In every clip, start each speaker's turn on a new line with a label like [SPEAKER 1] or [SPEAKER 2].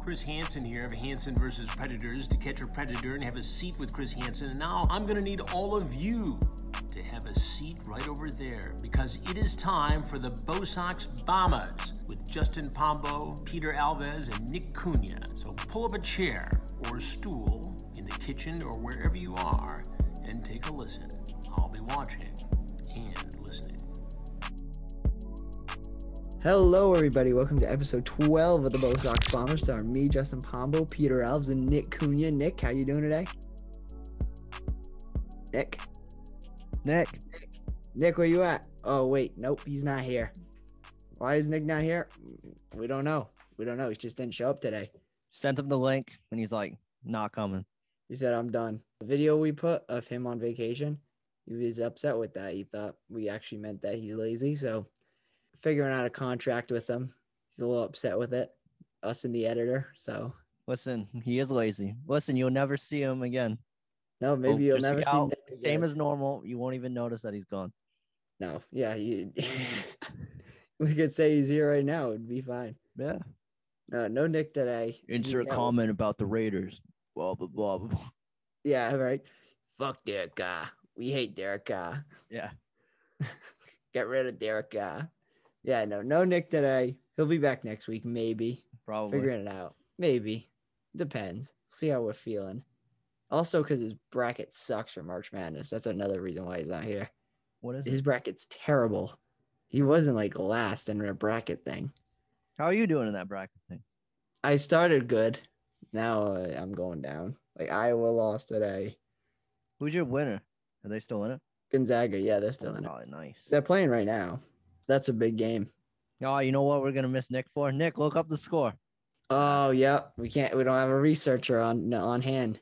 [SPEAKER 1] Chris Hansen here of Hansen versus Predators to catch a predator and have a seat with Chris Hansen. And now I'm going to need all of you to have a seat right over there because it is time for the Bosox Bombers with Justin Pombo, Peter Alves, and Nick Cunha. So pull up a chair or a stool in the kitchen or wherever you are and take a listen. I'll be watching and listening.
[SPEAKER 2] Hello, everybody. Welcome to episode 12 of the Bo Sox Bomber Star. Me, Justin Pombo, Peter Alves, and Nick Cunha. Nick, how you doing today? Nick,
[SPEAKER 3] Nick,
[SPEAKER 2] Nick, where you at? Oh, wait, nope, he's not here. Why is Nick not here? We don't know. We don't know. He just didn't show up today.
[SPEAKER 3] sent him the link and he's like, not coming.
[SPEAKER 2] He said, "I'm done." The video we put of him on vacation, he was upset with that. He thought we actually meant that he's lazy. So, figuring out a contract with him, he's a little upset with it. Us and the editor. So,
[SPEAKER 3] Listen, he is lazy. Listen, you'll never see him again.
[SPEAKER 2] no, maybe
[SPEAKER 3] He'll
[SPEAKER 2] you'll
[SPEAKER 3] just
[SPEAKER 2] never
[SPEAKER 3] be
[SPEAKER 2] see.
[SPEAKER 3] out,
[SPEAKER 2] Nick again.
[SPEAKER 3] Same as normal. You won't even notice that he's gone.
[SPEAKER 2] no. Yeah, you, we could say he's here right now. It'd be fine.
[SPEAKER 3] Yeah.
[SPEAKER 2] No, no Nick today. He's
[SPEAKER 3] Insert
[SPEAKER 2] out.
[SPEAKER 3] comment about the Raiders. Blah blah blah blah. blah.
[SPEAKER 2] Yeah, right. Fuck Derek Carr. We hate Derek Carr.
[SPEAKER 3] Yeah.
[SPEAKER 2] Get rid of Derek Carr. Yeah, no, no Nick today. He'll be back next week, maybe.
[SPEAKER 3] Probably.
[SPEAKER 2] Figuring it out. Maybe. Depends. See how we're feeling. Also, because his bracket sucks for March Madness. That's another reason why he's not here.
[SPEAKER 3] What is
[SPEAKER 2] His bracket's terrible. He wasn't like last in a bracket thing.
[SPEAKER 3] How are you doing in that bracket thing?
[SPEAKER 2] I started good. Now uh, I'm going down. Like Iowa lost today.
[SPEAKER 3] Who's your winner? Are they still in it?
[SPEAKER 2] Gonzaga, yeah, they're still in it.
[SPEAKER 3] Probably nice.
[SPEAKER 2] They're playing right now. That's a big game.
[SPEAKER 3] Oh, you know what we're gonna miss Nick for? Nick, look up the score.
[SPEAKER 2] Oh, yep. We can't. We don't have a researcher on on hand.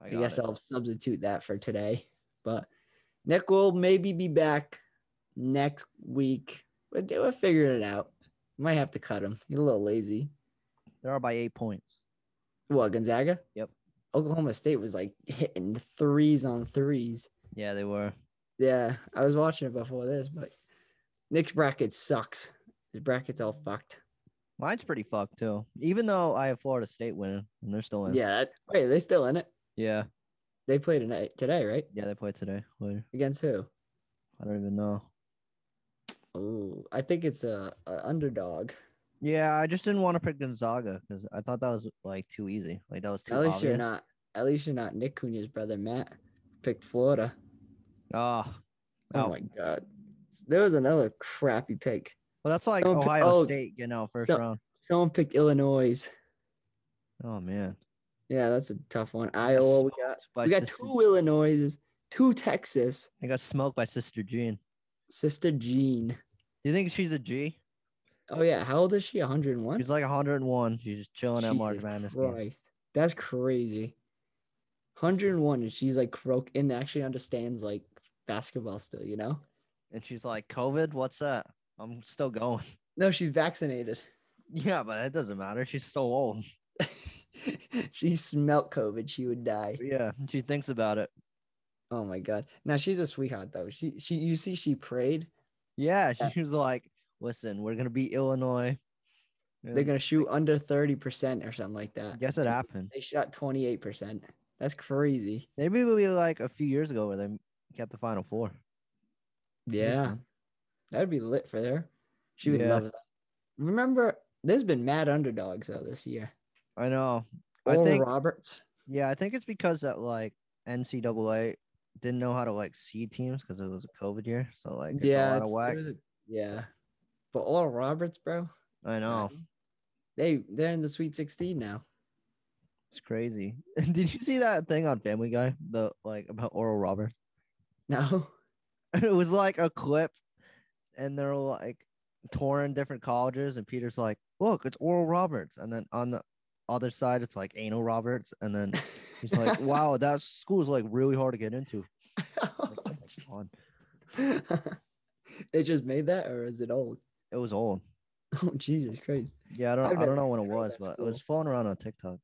[SPEAKER 2] I,
[SPEAKER 3] got
[SPEAKER 2] guess
[SPEAKER 3] it.
[SPEAKER 2] I'll substitute that for today. But Nick will maybe be back next week. We're, do- we're figuring it out. Might have to cut him. He's a little lazy.
[SPEAKER 3] they are by eight points.
[SPEAKER 2] What Gonzaga?
[SPEAKER 3] Yep.
[SPEAKER 2] Oklahoma State was like hitting threes on threes.
[SPEAKER 3] Yeah, they were.
[SPEAKER 2] Yeah, I was watching it before this, but Nick's bracket sucks. His bracket's all fucked.
[SPEAKER 3] Mine's pretty fucked too. Even though I have Florida State winning and they're still in.
[SPEAKER 2] Yeah. That, wait, they still in it?
[SPEAKER 3] Yeah.
[SPEAKER 2] They play tonight today, right?
[SPEAKER 3] Yeah, they play today. Later.
[SPEAKER 2] Against who?
[SPEAKER 3] I don't even know.
[SPEAKER 2] Oh, I think it's a, a underdog.
[SPEAKER 3] Yeah, I just didn't want to pick Gonzaga because I thought that was like too easy. Like that was too
[SPEAKER 2] At least
[SPEAKER 3] obvious.
[SPEAKER 2] you're not. At least you're not Nick Cunha's brother Matt. Picked Florida.
[SPEAKER 3] Oh,
[SPEAKER 2] Oh
[SPEAKER 3] Oh.
[SPEAKER 2] my god. There was another crappy pick.
[SPEAKER 3] well, that's like
[SPEAKER 2] Someone pick-
[SPEAKER 3] Ohio
[SPEAKER 2] oh,
[SPEAKER 3] State getting out first
[SPEAKER 2] so-
[SPEAKER 3] round.
[SPEAKER 2] Someone picked Illinois.
[SPEAKER 3] Oh man,
[SPEAKER 2] Yeah, that's a tough one. Iowa. We got
[SPEAKER 3] by
[SPEAKER 2] we got
[SPEAKER 3] Sister-
[SPEAKER 2] two Illinois, two Texas.
[SPEAKER 3] They got smoked by Sister Jean.
[SPEAKER 2] Sister Jean.
[SPEAKER 3] You think she's a G?
[SPEAKER 2] Oh yeah, how old is she? 101.
[SPEAKER 3] She's like 101. She's just chilling at March
[SPEAKER 2] Jesus
[SPEAKER 3] Madness. game.
[SPEAKER 2] Christ. That's crazy. 101 and she's like croak and actually understands like basketball still, you know?
[SPEAKER 3] And she's like, COVID, what's that? I'm still going.
[SPEAKER 2] No, she's vaccinated.
[SPEAKER 3] Yeah, but that doesn't matter. She's so old.
[SPEAKER 2] she smelt COVID, she would die.
[SPEAKER 3] Yeah, she thinks about it.
[SPEAKER 2] Oh my god. Now she's a sweetheart though. She she you see she prayed.
[SPEAKER 3] Yeah, she,
[SPEAKER 2] Yeah.
[SPEAKER 3] was like, listen, we're gonna beat Illinois.
[SPEAKER 2] They're
[SPEAKER 3] And
[SPEAKER 2] gonna shoot under 30% or something like that.
[SPEAKER 3] guess it happened.
[SPEAKER 2] They shot 28%. That's crazy.
[SPEAKER 3] Maybe it'll be like a few years ago where they got the final four.
[SPEAKER 2] Yeah. That'd be lit for her. She would
[SPEAKER 3] Mm-hmm. Yeah.
[SPEAKER 2] love that. Remember, there's been mad underdogs though this year.
[SPEAKER 3] I know. I
[SPEAKER 2] Oral
[SPEAKER 3] think
[SPEAKER 2] Roberts.
[SPEAKER 3] yeah, I think it's because that like NCAA didn't know how to like seed teams because it was a COVID year. So like it's
[SPEAKER 2] yeah,
[SPEAKER 3] yeah, all out of
[SPEAKER 2] it's-
[SPEAKER 3] whack.
[SPEAKER 2] there's a- yeah. But all Roberts, bro,
[SPEAKER 3] I know.
[SPEAKER 2] they they're in the Sweet 16 now.
[SPEAKER 3] It's crazy. Did you see that thing on Family Guy? The like about Oral Roberts?
[SPEAKER 2] No,
[SPEAKER 3] It was like a clip and they're like touring different colleges and Peter's like, look, it's Oral Roberts. And then on the other side it's like anal Roberts. And then he's like, Wow, that school's like really hard to get into. Like, oh my God.
[SPEAKER 2] they just made that, or is it old?
[SPEAKER 3] It was old.
[SPEAKER 2] Oh Jesus Christ,
[SPEAKER 3] Yeah, I
[SPEAKER 2] I've
[SPEAKER 3] don't, I
[SPEAKER 2] never
[SPEAKER 3] don't know when it
[SPEAKER 2] heard of
[SPEAKER 3] was,
[SPEAKER 2] that
[SPEAKER 3] but it was floating around on TikTok.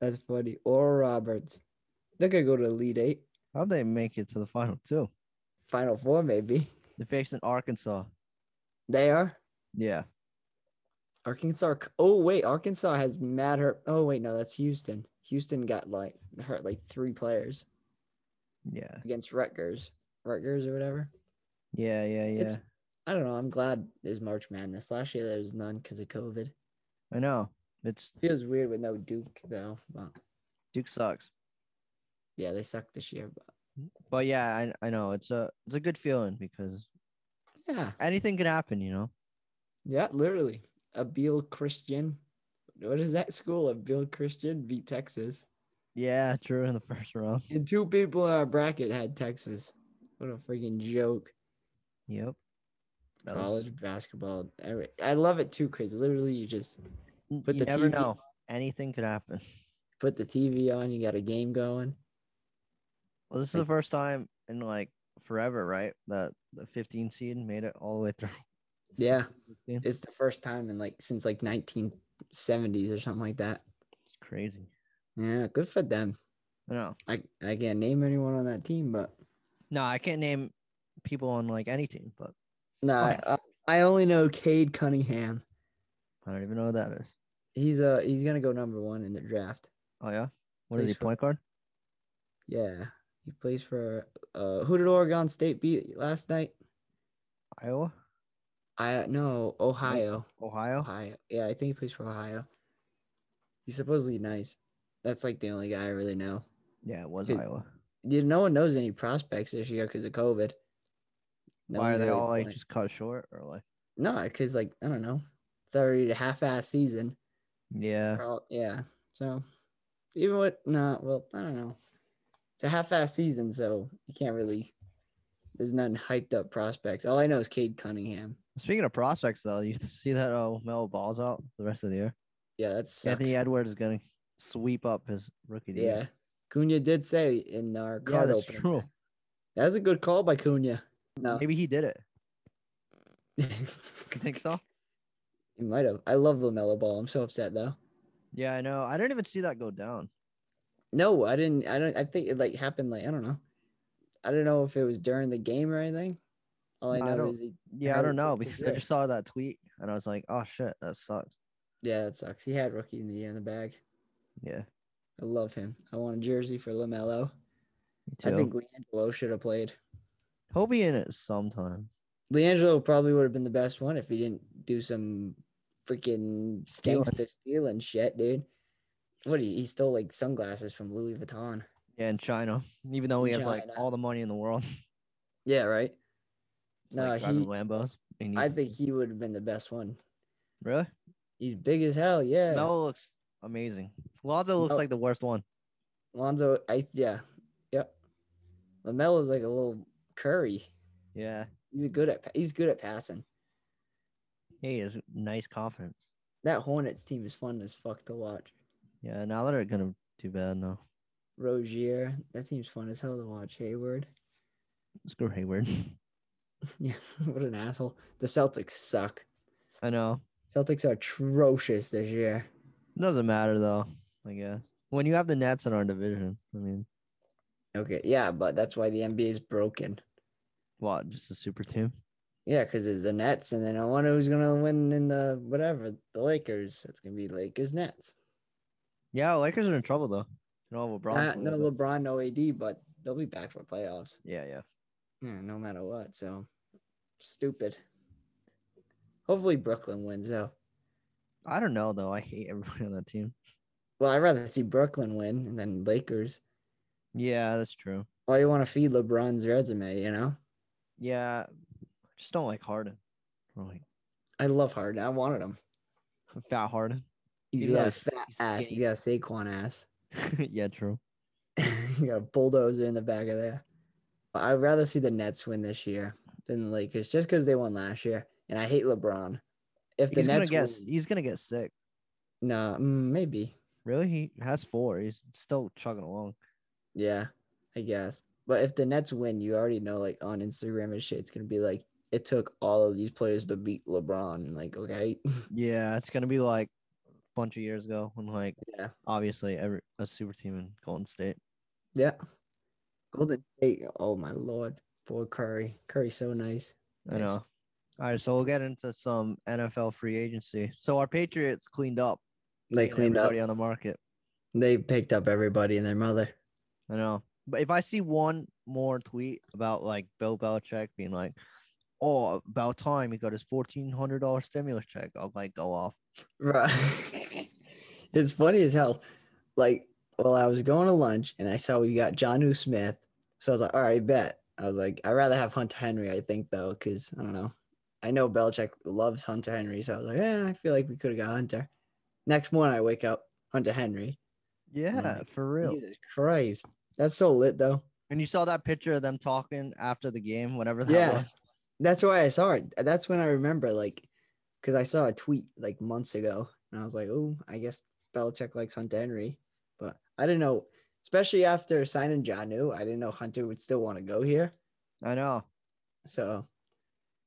[SPEAKER 2] that's funny. Oral Roberts, they're gonna go to Elite Eight,
[SPEAKER 3] How'd they make it to the final two?
[SPEAKER 2] Final Four, maybe.
[SPEAKER 3] They faced in Arkansas.
[SPEAKER 2] They are.
[SPEAKER 3] Yeah.
[SPEAKER 2] Arkansas. Oh wait, Arkansas has mad hurt. Oh wait, no, that's Houston. Houston got like hurt like three players
[SPEAKER 3] Yeah.
[SPEAKER 2] against Rutgers, Rutgers or whatever.
[SPEAKER 3] Yeah. Yeah. Yeah.
[SPEAKER 2] It's- I don't know. I'm glad there's March Madness. Last year there was none because of COVID.
[SPEAKER 3] I know. It's
[SPEAKER 2] Feels weird with no Duke though. But
[SPEAKER 3] Duke sucks.
[SPEAKER 2] yeah, they suck this year. But
[SPEAKER 3] But yeah, I, I know it's a it's a good feeling because
[SPEAKER 2] yeah,
[SPEAKER 3] anything can happen, you know.
[SPEAKER 2] yeah, literally. Abil Christian. What is that school? Abil Christian beat Texas.
[SPEAKER 3] Yeah, true. In the first round.
[SPEAKER 2] And two people in our bracket had Texas. What a freaking joke.
[SPEAKER 3] Yep. That was-
[SPEAKER 2] College basketball. every- I love it too, Chris. Literally, you just
[SPEAKER 3] N-
[SPEAKER 2] but
[SPEAKER 3] you
[SPEAKER 2] the
[SPEAKER 3] never
[SPEAKER 2] TV
[SPEAKER 3] know. Anything could happen.
[SPEAKER 2] put the TV on, you got a game going.
[SPEAKER 3] Well, this is the first time in like forever, right? That the 15 seed made it all the way through.
[SPEAKER 2] Yeah.
[SPEAKER 3] 16.
[SPEAKER 2] It's the first time in like since like 1970s or something like that.
[SPEAKER 3] It's crazy.
[SPEAKER 2] Yeah, good for them.
[SPEAKER 3] I know.
[SPEAKER 2] I, I can't name anyone on that team, but
[SPEAKER 3] No, I can't name people on like any team, but
[SPEAKER 2] no, I, I I only know Cade Cunningham.
[SPEAKER 3] I don't even know who that is.
[SPEAKER 2] He's uh he's gonna go number one in the draft.
[SPEAKER 3] Oh yeah, what is
[SPEAKER 2] Plays
[SPEAKER 3] he
[SPEAKER 2] for-
[SPEAKER 3] point guard?
[SPEAKER 2] Yeah, he plays for uh who did Oregon State beat last night?
[SPEAKER 3] Iowa,
[SPEAKER 2] I no Ohio.
[SPEAKER 3] Ohio.
[SPEAKER 2] Ohio. Yeah, I think he plays for Ohio. He's supposedly nice. That's like the only guy I really know.
[SPEAKER 3] Yeah, it was
[SPEAKER 2] Hey,
[SPEAKER 3] Iowa.
[SPEAKER 2] Dude, no one knows any prospects this year because of COVID. No
[SPEAKER 3] Why are
[SPEAKER 2] one's
[SPEAKER 3] they
[SPEAKER 2] really
[SPEAKER 3] all like
[SPEAKER 2] playing.
[SPEAKER 3] just cut short or like?
[SPEAKER 2] no? Because like I don't know, it's already a half-ass season.
[SPEAKER 3] Yeah,
[SPEAKER 2] They're all- yeah. So even with no, well, I don't know. It's a half-ass season, so you can't really. There's none hyped up prospects. All I know is Cade Cunningham.
[SPEAKER 3] Speaking of prospects, though, you see that oh Mel Ball's out the rest of the year.
[SPEAKER 2] Yeah, that's
[SPEAKER 3] Anthony Edwards is gonna sweep up his rookie.
[SPEAKER 2] Yeah,
[SPEAKER 3] year.
[SPEAKER 2] Cunha did say in our
[SPEAKER 3] yeah,
[SPEAKER 2] card
[SPEAKER 3] that's
[SPEAKER 2] opener.
[SPEAKER 3] true.
[SPEAKER 2] That was a good call by Cunha. No,
[SPEAKER 3] Maybe he did it.
[SPEAKER 2] you
[SPEAKER 3] You think so?
[SPEAKER 2] might have. I love Lamelo Ball. I'm so upset though.
[SPEAKER 3] Yeah, I know. I didn't even see that go down.
[SPEAKER 2] No, I didn't. I don't. I think it like happened like I don't know. I don't know if it was during the game or anything. All I
[SPEAKER 3] No,
[SPEAKER 2] know
[SPEAKER 3] I don't-
[SPEAKER 2] is he,
[SPEAKER 3] Yeah, I
[SPEAKER 2] heard
[SPEAKER 3] don't
[SPEAKER 2] it
[SPEAKER 3] know
[SPEAKER 2] was
[SPEAKER 3] because I
[SPEAKER 2] good.
[SPEAKER 3] just saw that tweet and I was like, oh shit, that sucks.
[SPEAKER 2] yeah, that sucks. He had rookie in the year in the bag.
[SPEAKER 3] Yeah,
[SPEAKER 2] I love him. I want a jersey for Lamelo.
[SPEAKER 3] me
[SPEAKER 2] I
[SPEAKER 3] too.
[SPEAKER 2] think Leangelo should have played.
[SPEAKER 3] He'll be in it sometime.
[SPEAKER 2] Leangelo probably would have been the best one if he didn't do some freaking
[SPEAKER 3] Stealing.
[SPEAKER 2] gangsta stealing shit, dude. What he, he stole like sunglasses from Louis Vuitton.
[SPEAKER 3] Yeah, in China, even though he has like
[SPEAKER 2] China.
[SPEAKER 3] all the money in the world, he's,
[SPEAKER 2] Yeah, right. No,
[SPEAKER 3] like driving
[SPEAKER 2] he-
[SPEAKER 3] Lambos. and
[SPEAKER 2] I
[SPEAKER 3] he's-
[SPEAKER 2] think he would have been the best one.
[SPEAKER 3] really
[SPEAKER 2] He's big as hell. Yeah.
[SPEAKER 3] Melo looks amazing. Lonzo looks
[SPEAKER 2] Mel-
[SPEAKER 3] like the worst one.
[SPEAKER 2] Lonzo, I yeah, yep. Lamelo's like a little Curry.
[SPEAKER 3] Yeah,
[SPEAKER 2] He's good at he's good at passing.
[SPEAKER 3] he is nice confidence.
[SPEAKER 2] That Hornets team is fun as fuck to watch.
[SPEAKER 3] Yeah, now that are gonna do bad though.
[SPEAKER 2] Rozier, that team's fun as hell to watch. Hayward,
[SPEAKER 3] Screw Hayward.
[SPEAKER 2] yeah, what an asshole. The Celtics suck.
[SPEAKER 3] I know.
[SPEAKER 2] Celtics are atrocious this year.
[SPEAKER 3] Doesn't matter though. I guess when you have the Nets in our division, I mean,
[SPEAKER 2] Okay, yeah, but that's why the NBA is broken.
[SPEAKER 3] what? Just a super team.
[SPEAKER 2] Yeah, because it's the Nets, and then I wonder who's gonna win in the whatever the Lakers. It's gonna be Lakers Nets.
[SPEAKER 3] Yeah, Lakers are in trouble though. You know, LeBron.
[SPEAKER 2] Nah,
[SPEAKER 3] for a
[SPEAKER 2] no
[SPEAKER 3] little bit.
[SPEAKER 2] LeBron, no AD, but they'll be back for playoffs.
[SPEAKER 3] Yeah, yeah.
[SPEAKER 2] Yeah, no matter what. So stupid. Hopefully Brooklyn wins though.
[SPEAKER 3] I don't know though. I hate everybody on that team.
[SPEAKER 2] Well, I'd rather see Brooklyn win than Lakers.
[SPEAKER 3] Yeah, that's true.
[SPEAKER 2] All you want to feed LeBron's resume, you know?
[SPEAKER 3] Yeah, I just don't like Harden. Or like
[SPEAKER 2] I love Harden. I wanted him.
[SPEAKER 3] fat Harden.
[SPEAKER 2] He's
[SPEAKER 3] Even though
[SPEAKER 2] got a
[SPEAKER 3] he's-
[SPEAKER 2] fat
[SPEAKER 3] he's
[SPEAKER 2] ass. He
[SPEAKER 3] skinny.
[SPEAKER 2] got a Saquon ass.
[SPEAKER 3] yeah, true.
[SPEAKER 2] he got a bulldozer in the back of there. But I'd rather see the Nets win this year than the Lakers, just because they won last year. And I hate LeBron. If the
[SPEAKER 3] He's gonna
[SPEAKER 2] Nets
[SPEAKER 3] get.
[SPEAKER 2] win,
[SPEAKER 3] He's gonna get sick.
[SPEAKER 2] nah, mm, maybe.
[SPEAKER 3] Really? He has four. He's still chugging along.
[SPEAKER 2] Yeah, I guess. But if the Nets win, you already know, like on Instagram and shit, it's gonna be like it took all of these players to beat LeBron. and, Like, okay,
[SPEAKER 3] Yeah, it's gonna be like a bunch of years ago when like
[SPEAKER 2] yeah,
[SPEAKER 3] obviously every a super team in Golden State.
[SPEAKER 2] yeah. Golden State. Oh my lord, poor Curry. Curry's so nice.
[SPEAKER 3] I
[SPEAKER 2] Nice.
[SPEAKER 3] know. All right, so we'll get into some NFL free agency. So our Patriots cleaned up.
[SPEAKER 2] They
[SPEAKER 3] getting
[SPEAKER 2] cleaned up.
[SPEAKER 3] everybody on the market.
[SPEAKER 2] They picked up everybody and their mother.
[SPEAKER 3] I know. But if I see one more tweet about like Bill Belichick being like, "Oh, about time he got his fourteen hundred dollar stimulus check," I'll like go off.
[SPEAKER 2] Right. it's funny as hell. Like, well, I was going to lunch and I saw we got John U. Smith. So I was like, all right, bet. I was like, I'd rather have Hunter Henry, I think, though, because I don't know. I know Belichick loves Hunter Henry. So I was like, yeah, I feel like we could have got Hunter. Next morning, I wake up, Hunter Henry.
[SPEAKER 3] Yeah, for real.
[SPEAKER 2] Jesus Christ. That's so lit, though.
[SPEAKER 3] And you saw that picture of them talking after the game, whatever that
[SPEAKER 2] Yeah.
[SPEAKER 3] was.
[SPEAKER 2] That's why I saw it. That's when I remember, like, because I saw a tweet like months ago, and I was like, "Oh, I guess Belichick likes Hunter Henry," but I didn't know. Especially after signing Janu, I didn't know Hunter would still want to go here.
[SPEAKER 3] I know.
[SPEAKER 2] So,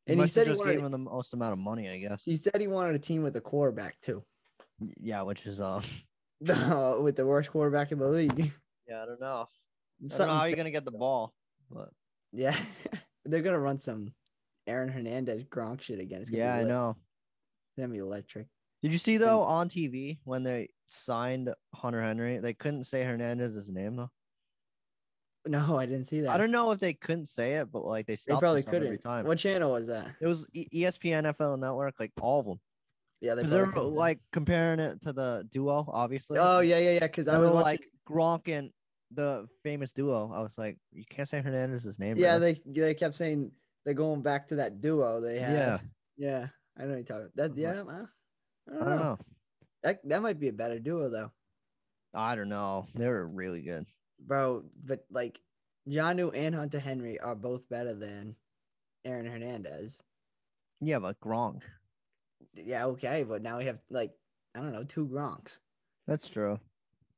[SPEAKER 3] He
[SPEAKER 2] and he
[SPEAKER 3] must
[SPEAKER 2] said
[SPEAKER 3] have
[SPEAKER 2] he
[SPEAKER 3] just gave
[SPEAKER 2] wanted.
[SPEAKER 3] him the most amount of money, I guess.
[SPEAKER 2] He said he wanted a team with a quarterback too,
[SPEAKER 3] Yeah, which is uh,
[SPEAKER 2] with the worst quarterback in the league.
[SPEAKER 3] yeah, I don't know. I don't know
[SPEAKER 2] Something
[SPEAKER 3] how
[SPEAKER 2] fa-
[SPEAKER 3] you're gonna get the ball, but
[SPEAKER 2] yeah, they're gonna run some Aaron Hernandez Gronk shit again. It's gonna
[SPEAKER 3] yeah,
[SPEAKER 2] be
[SPEAKER 3] I
[SPEAKER 2] lit.
[SPEAKER 3] know.
[SPEAKER 2] It's gonna be electric.
[SPEAKER 3] Did you see though on TV when they signed Hunter Henry? They couldn't say Hernandez's name though.
[SPEAKER 2] No, I didn't see that.
[SPEAKER 3] I don't know if they couldn't say it, but like they
[SPEAKER 2] They
[SPEAKER 3] stopped
[SPEAKER 2] probably
[SPEAKER 3] themselves
[SPEAKER 2] couldn't.
[SPEAKER 3] every time.
[SPEAKER 2] What channel was that?
[SPEAKER 3] It was E- ESPN, NFL Network, like all of them.
[SPEAKER 2] Yeah, they
[SPEAKER 3] Because they're
[SPEAKER 2] probably couldn't.
[SPEAKER 3] like comparing it to the duo, obviously.
[SPEAKER 2] Oh yeah, yeah, yeah. Because
[SPEAKER 3] they
[SPEAKER 2] I
[SPEAKER 3] were
[SPEAKER 2] was like,
[SPEAKER 3] like Gronk and the famous duo. I was like, you can't say Hernandez's name.
[SPEAKER 2] yeah,
[SPEAKER 3] bro."
[SPEAKER 2] they they kept saying they're going back to that duo they had.
[SPEAKER 3] yeah.
[SPEAKER 2] yeah. I know what you're talking. That
[SPEAKER 3] Mhm.
[SPEAKER 2] yeah, huh? I don't,
[SPEAKER 3] I don't know.
[SPEAKER 2] That that might be a better duo though,
[SPEAKER 3] I don't know. They were really good.
[SPEAKER 2] bro. But like, Janu and Hunter Henry are both better than Aaron Hernandez.
[SPEAKER 3] Yeah, but Gronk.
[SPEAKER 2] Yeah, okay, but now we have like I don't know two Gronks.
[SPEAKER 3] That's true.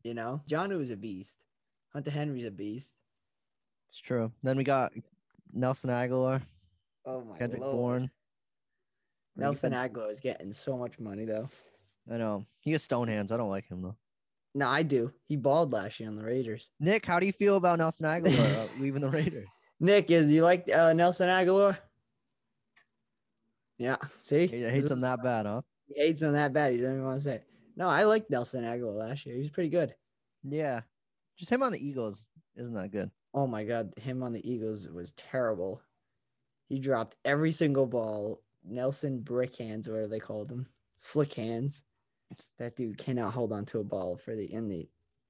[SPEAKER 2] You know, Janu is a beast. Hunter Henry's a beast.
[SPEAKER 3] It's true. Then we got Nelson Aguilar,
[SPEAKER 2] Oh my
[SPEAKER 3] Kendrick
[SPEAKER 2] lord,
[SPEAKER 3] Bourne. We
[SPEAKER 2] Nelson
[SPEAKER 3] got-
[SPEAKER 2] Aguilar is getting so much money though.
[SPEAKER 3] I know. He has stone hands. I don't like him though.
[SPEAKER 2] No, I do. He balled last year on the Raiders.
[SPEAKER 3] Nick, how do you feel about Nelson Aguilar uh, leaving the Raiders?
[SPEAKER 2] Nick, is you like uh, Nelson Aguilar? Yeah, see,
[SPEAKER 3] He hates him that bad, huh?
[SPEAKER 2] He hates him that bad. He doesn't even want to say. It. No, I liked Nelson Aguilar last year. He was pretty good.
[SPEAKER 3] Yeah. Just him on the Eagles isn't that good.
[SPEAKER 2] Oh my god, him on the Eagles was terrible. He dropped every single ball. Nelson Brick Hands, whatever they called him, Slick Hands. That dude cannot hold on to a ball for the in the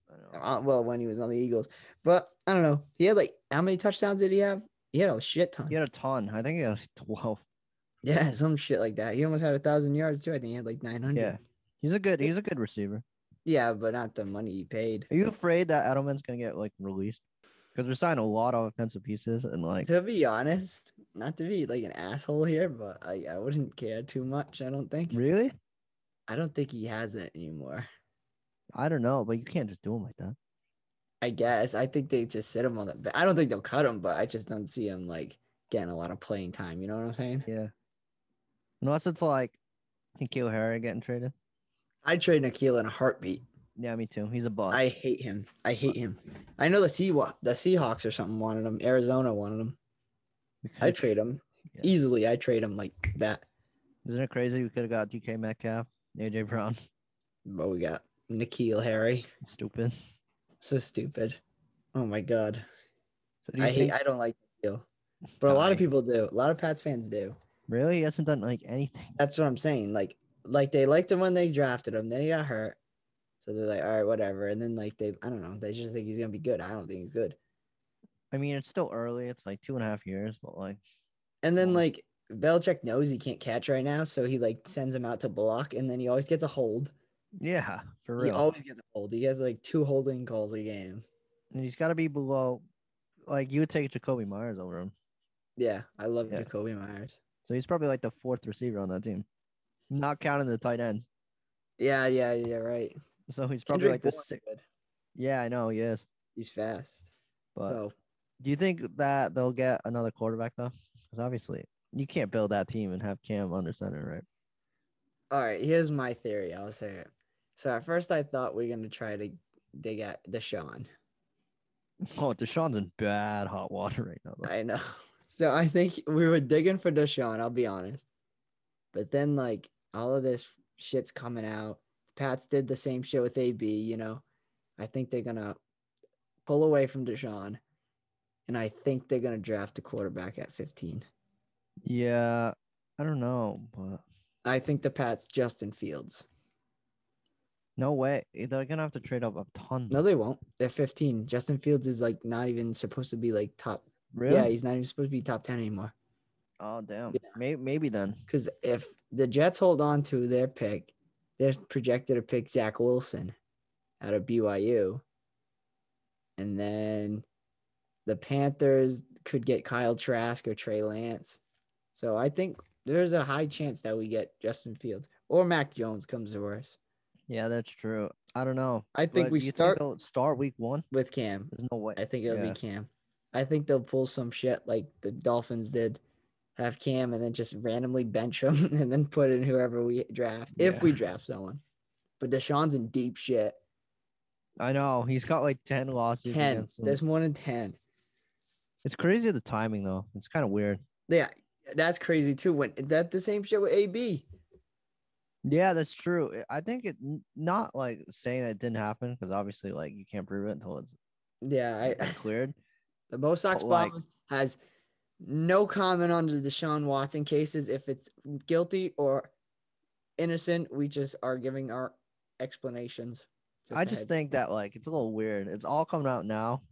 [SPEAKER 3] I know.
[SPEAKER 2] uh, well when he was on the Eagles. But I don't know. He had like how many touchdowns did he have? He had a shit ton.
[SPEAKER 3] He had a ton. I think he had 12.
[SPEAKER 2] Yeah, some shit like that. He almost had a thousand yards too. I think he had like nine hundred.
[SPEAKER 3] Yeah. He's a good he's a good receiver.
[SPEAKER 2] Yeah, but not the money he paid.
[SPEAKER 3] Are you afraid that Edelman's gonna get like released? Because they're signing a lot of offensive pieces and like
[SPEAKER 2] to be honest, not to be like an asshole here, but I, I wouldn't care too much. I don't think.
[SPEAKER 3] really?
[SPEAKER 2] I don't think he has it anymore.
[SPEAKER 3] I don't know, but you can't just do him like that.
[SPEAKER 2] I guess. I think they just sit him on the. be- I don't think they'll cut him, but I just don't see him like getting a lot of playing time. You know what I'm saying?
[SPEAKER 3] Yeah. Unless it's like Nikhil Harry getting traded.
[SPEAKER 2] I trade Nikhil in a heartbeat.
[SPEAKER 3] Yeah, me too. He's a bust.
[SPEAKER 2] I hate him. I hate him. I know the Sea the Seahawks or something wanted him. Arizona wanted him.
[SPEAKER 3] We
[SPEAKER 2] I
[SPEAKER 3] could-
[SPEAKER 2] trade him
[SPEAKER 3] Yeah.
[SPEAKER 2] easily. I trade him like that.
[SPEAKER 3] Isn't it crazy? We could have got DK Metcalf, AJ Brown.
[SPEAKER 2] But we got Nikhil Harry.
[SPEAKER 3] Stupid.
[SPEAKER 2] So stupid. Oh my god.
[SPEAKER 3] So do you
[SPEAKER 2] I hate
[SPEAKER 3] think-
[SPEAKER 2] I don't like Nikhil. But a lot of
[SPEAKER 3] Dying.
[SPEAKER 2] people do. A lot of Pats fans do.
[SPEAKER 3] Really? He hasn't done like anything.
[SPEAKER 2] That's what I'm saying. Like like they liked him when they drafted him, then he got hurt. So they're like, all right, whatever. And then like they I don't know, they just think he's gonna be good. I don't think he's good.
[SPEAKER 3] I mean, it's still early. It's like two and a half years, but like,
[SPEAKER 2] And then
[SPEAKER 3] Mhm.
[SPEAKER 2] like Belichick knows he can't catch right now, so he like sends him out to block and then he always gets a hold.
[SPEAKER 3] yeah, for
[SPEAKER 2] He
[SPEAKER 3] real.
[SPEAKER 2] always gets a hold. He has like two holding calls a game.
[SPEAKER 3] and he's got to be below, like, you would take Jacoby Myers over him.
[SPEAKER 2] Yeah, I love
[SPEAKER 3] Yeah.
[SPEAKER 2] Jacoby Myers.
[SPEAKER 3] So he's probably like the fourth receiver on that team, not counting the tight ends.
[SPEAKER 2] Yeah, yeah, yeah, right.
[SPEAKER 3] So he's probably
[SPEAKER 2] Kendrick
[SPEAKER 3] like the
[SPEAKER 2] Bourne's
[SPEAKER 3] sixth.
[SPEAKER 2] good.
[SPEAKER 3] Yeah, I know he is.
[SPEAKER 2] He's fast.
[SPEAKER 3] But
[SPEAKER 2] so
[SPEAKER 3] do you think that they'll get another quarterback though? Because obviously you can't build that team and have Cam under center, right?
[SPEAKER 2] All right, here's my theory. I'll say it. So at first I thought we are gonna try to dig at Deshaun.
[SPEAKER 3] Oh, Deshaun's in bad hot water right now. Though.
[SPEAKER 2] I know. So I think we were digging for Deshaun, I'll be honest. But then like all of this shit's coming out. Pats did the same shit with AB, you know. I think they're gonna pull away from Deshaun. And I think they're gonna draft a quarterback at 15.
[SPEAKER 3] Yeah, I don't know, but
[SPEAKER 2] I think the Pats Justin Fields.
[SPEAKER 3] no way. They're gonna have to trade up a ton.
[SPEAKER 2] No, they won't. They're 15. Justin Fields is like not even supposed to be like top.
[SPEAKER 3] really?
[SPEAKER 2] Yeah, he's not even supposed to be top 10 anymore.
[SPEAKER 3] oh damn. Maybe, maybe then.
[SPEAKER 2] Because if the Jets hold on to their pick, they're projected to pick Zach Wilson out of BYU. And then the Panthers could get Kyle Trask or Trey Lance. So I think there's a high chance that we get Justin Fields or Mac Jones comes to worse.
[SPEAKER 3] Yeah, that's true. I don't know.
[SPEAKER 2] I think
[SPEAKER 3] But
[SPEAKER 2] we
[SPEAKER 3] you
[SPEAKER 2] start-
[SPEAKER 3] they'll start week one.
[SPEAKER 2] With Cam,
[SPEAKER 3] There's no way.
[SPEAKER 2] I think it'll
[SPEAKER 3] Yeah.
[SPEAKER 2] be Cam. I think they'll pull some shit like the Dolphins did, have Cam and then just randomly bench him and then put in whoever we draft if
[SPEAKER 3] Yeah.
[SPEAKER 2] we draft someone. But Deshaun's in deep shit.
[SPEAKER 3] I know he's got like ten losses.
[SPEAKER 2] Ten.
[SPEAKER 3] against them.
[SPEAKER 2] There's one in ten.
[SPEAKER 3] It's crazy the timing though. It's kind of weird.
[SPEAKER 2] Yeah, that's crazy too. When that the same shit with AB.
[SPEAKER 3] Yeah, that's true. I- I think it n- not like saying that it didn't happen because obviously like you can't prove it until it's
[SPEAKER 2] Yeah, I,
[SPEAKER 3] like, cleared.
[SPEAKER 2] the Bo Sox
[SPEAKER 3] But, like-
[SPEAKER 2] Bombers has no comment on the Deshaun Watson cases. If it's guilty or innocent, we just are giving our explanations.
[SPEAKER 3] I
[SPEAKER 2] a
[SPEAKER 3] just
[SPEAKER 2] heads-
[SPEAKER 3] think that like it's a little weird. It's all coming out now.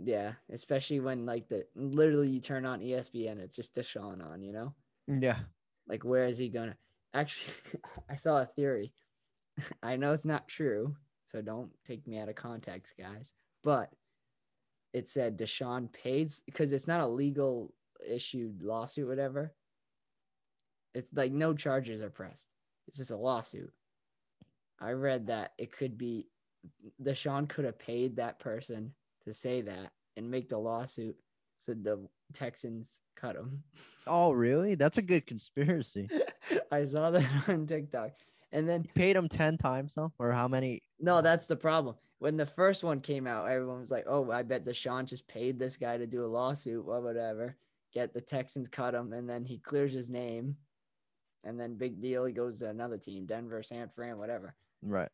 [SPEAKER 2] Yeah, especially when like the literally you turn on E ESPN, it's just Deshaun on, you know?
[SPEAKER 3] Yeah.
[SPEAKER 2] Like where is he gonna actually I saw a theory. I know it's not true, so don't take me out of context, guys. But it said Deshaun pays because it's not a legal issued lawsuit, whatever. It's like no charges are pressed. It's just a lawsuit. I read that it could be Deshaun could have paid that person to say that and make the lawsuit so the Texans cut him.
[SPEAKER 3] Oh really? That's a good conspiracy.
[SPEAKER 2] I saw that on TikTok. And then
[SPEAKER 3] You paid him ten times though, or how many?
[SPEAKER 2] no, that's the problem. When the first one came out, everyone was like, "Oh, I bet Deshaun just paid this guy to do a lawsuit or whatever." Get the Texans cut him, and then he clears his name, and then big deal. He goes to another team, Denver, San Fran, whatever.
[SPEAKER 3] Right.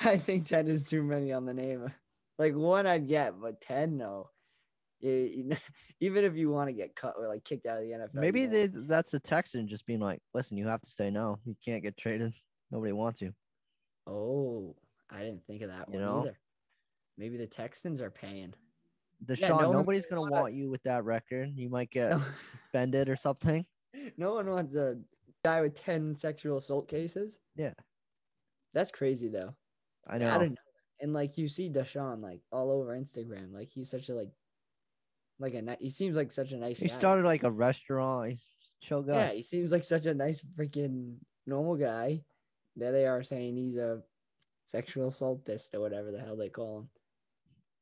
[SPEAKER 2] I think ten is too many on the name. Like one, I'd get, but ten, no. You- you- even if you want to get cut or like kicked out of the NFL, you
[SPEAKER 3] Maybe
[SPEAKER 2] won't.
[SPEAKER 3] they, that's a Texan just being like, listen, you have to say no. You can't get traded. Nobody wants you.
[SPEAKER 2] Oh, I didn't think of that
[SPEAKER 3] You
[SPEAKER 2] one
[SPEAKER 3] know?
[SPEAKER 2] either. Maybe the Texans are paying.
[SPEAKER 3] Deshaun,
[SPEAKER 2] no one's
[SPEAKER 3] nobody's
[SPEAKER 2] gonna
[SPEAKER 3] gonna
[SPEAKER 2] wanna-
[SPEAKER 3] want you with that record. You might get
[SPEAKER 2] No,
[SPEAKER 3] suspended or something.
[SPEAKER 2] no one wants a guy with 10 sexual assault cases.
[SPEAKER 3] Yeah.
[SPEAKER 2] That's crazy though.
[SPEAKER 3] I
[SPEAKER 2] I,
[SPEAKER 3] know.
[SPEAKER 2] don't know. And like you see Deshaun like all over Instagram. Like he's such a like like a ni- he seems like such a nice
[SPEAKER 3] he
[SPEAKER 2] guy.
[SPEAKER 3] started uh, like a restaurant. He's a chill guy.
[SPEAKER 2] yeah, he seems like such a nice freaking normal guy. There they are saying he's a sexual assaultist or whatever the hell they call him.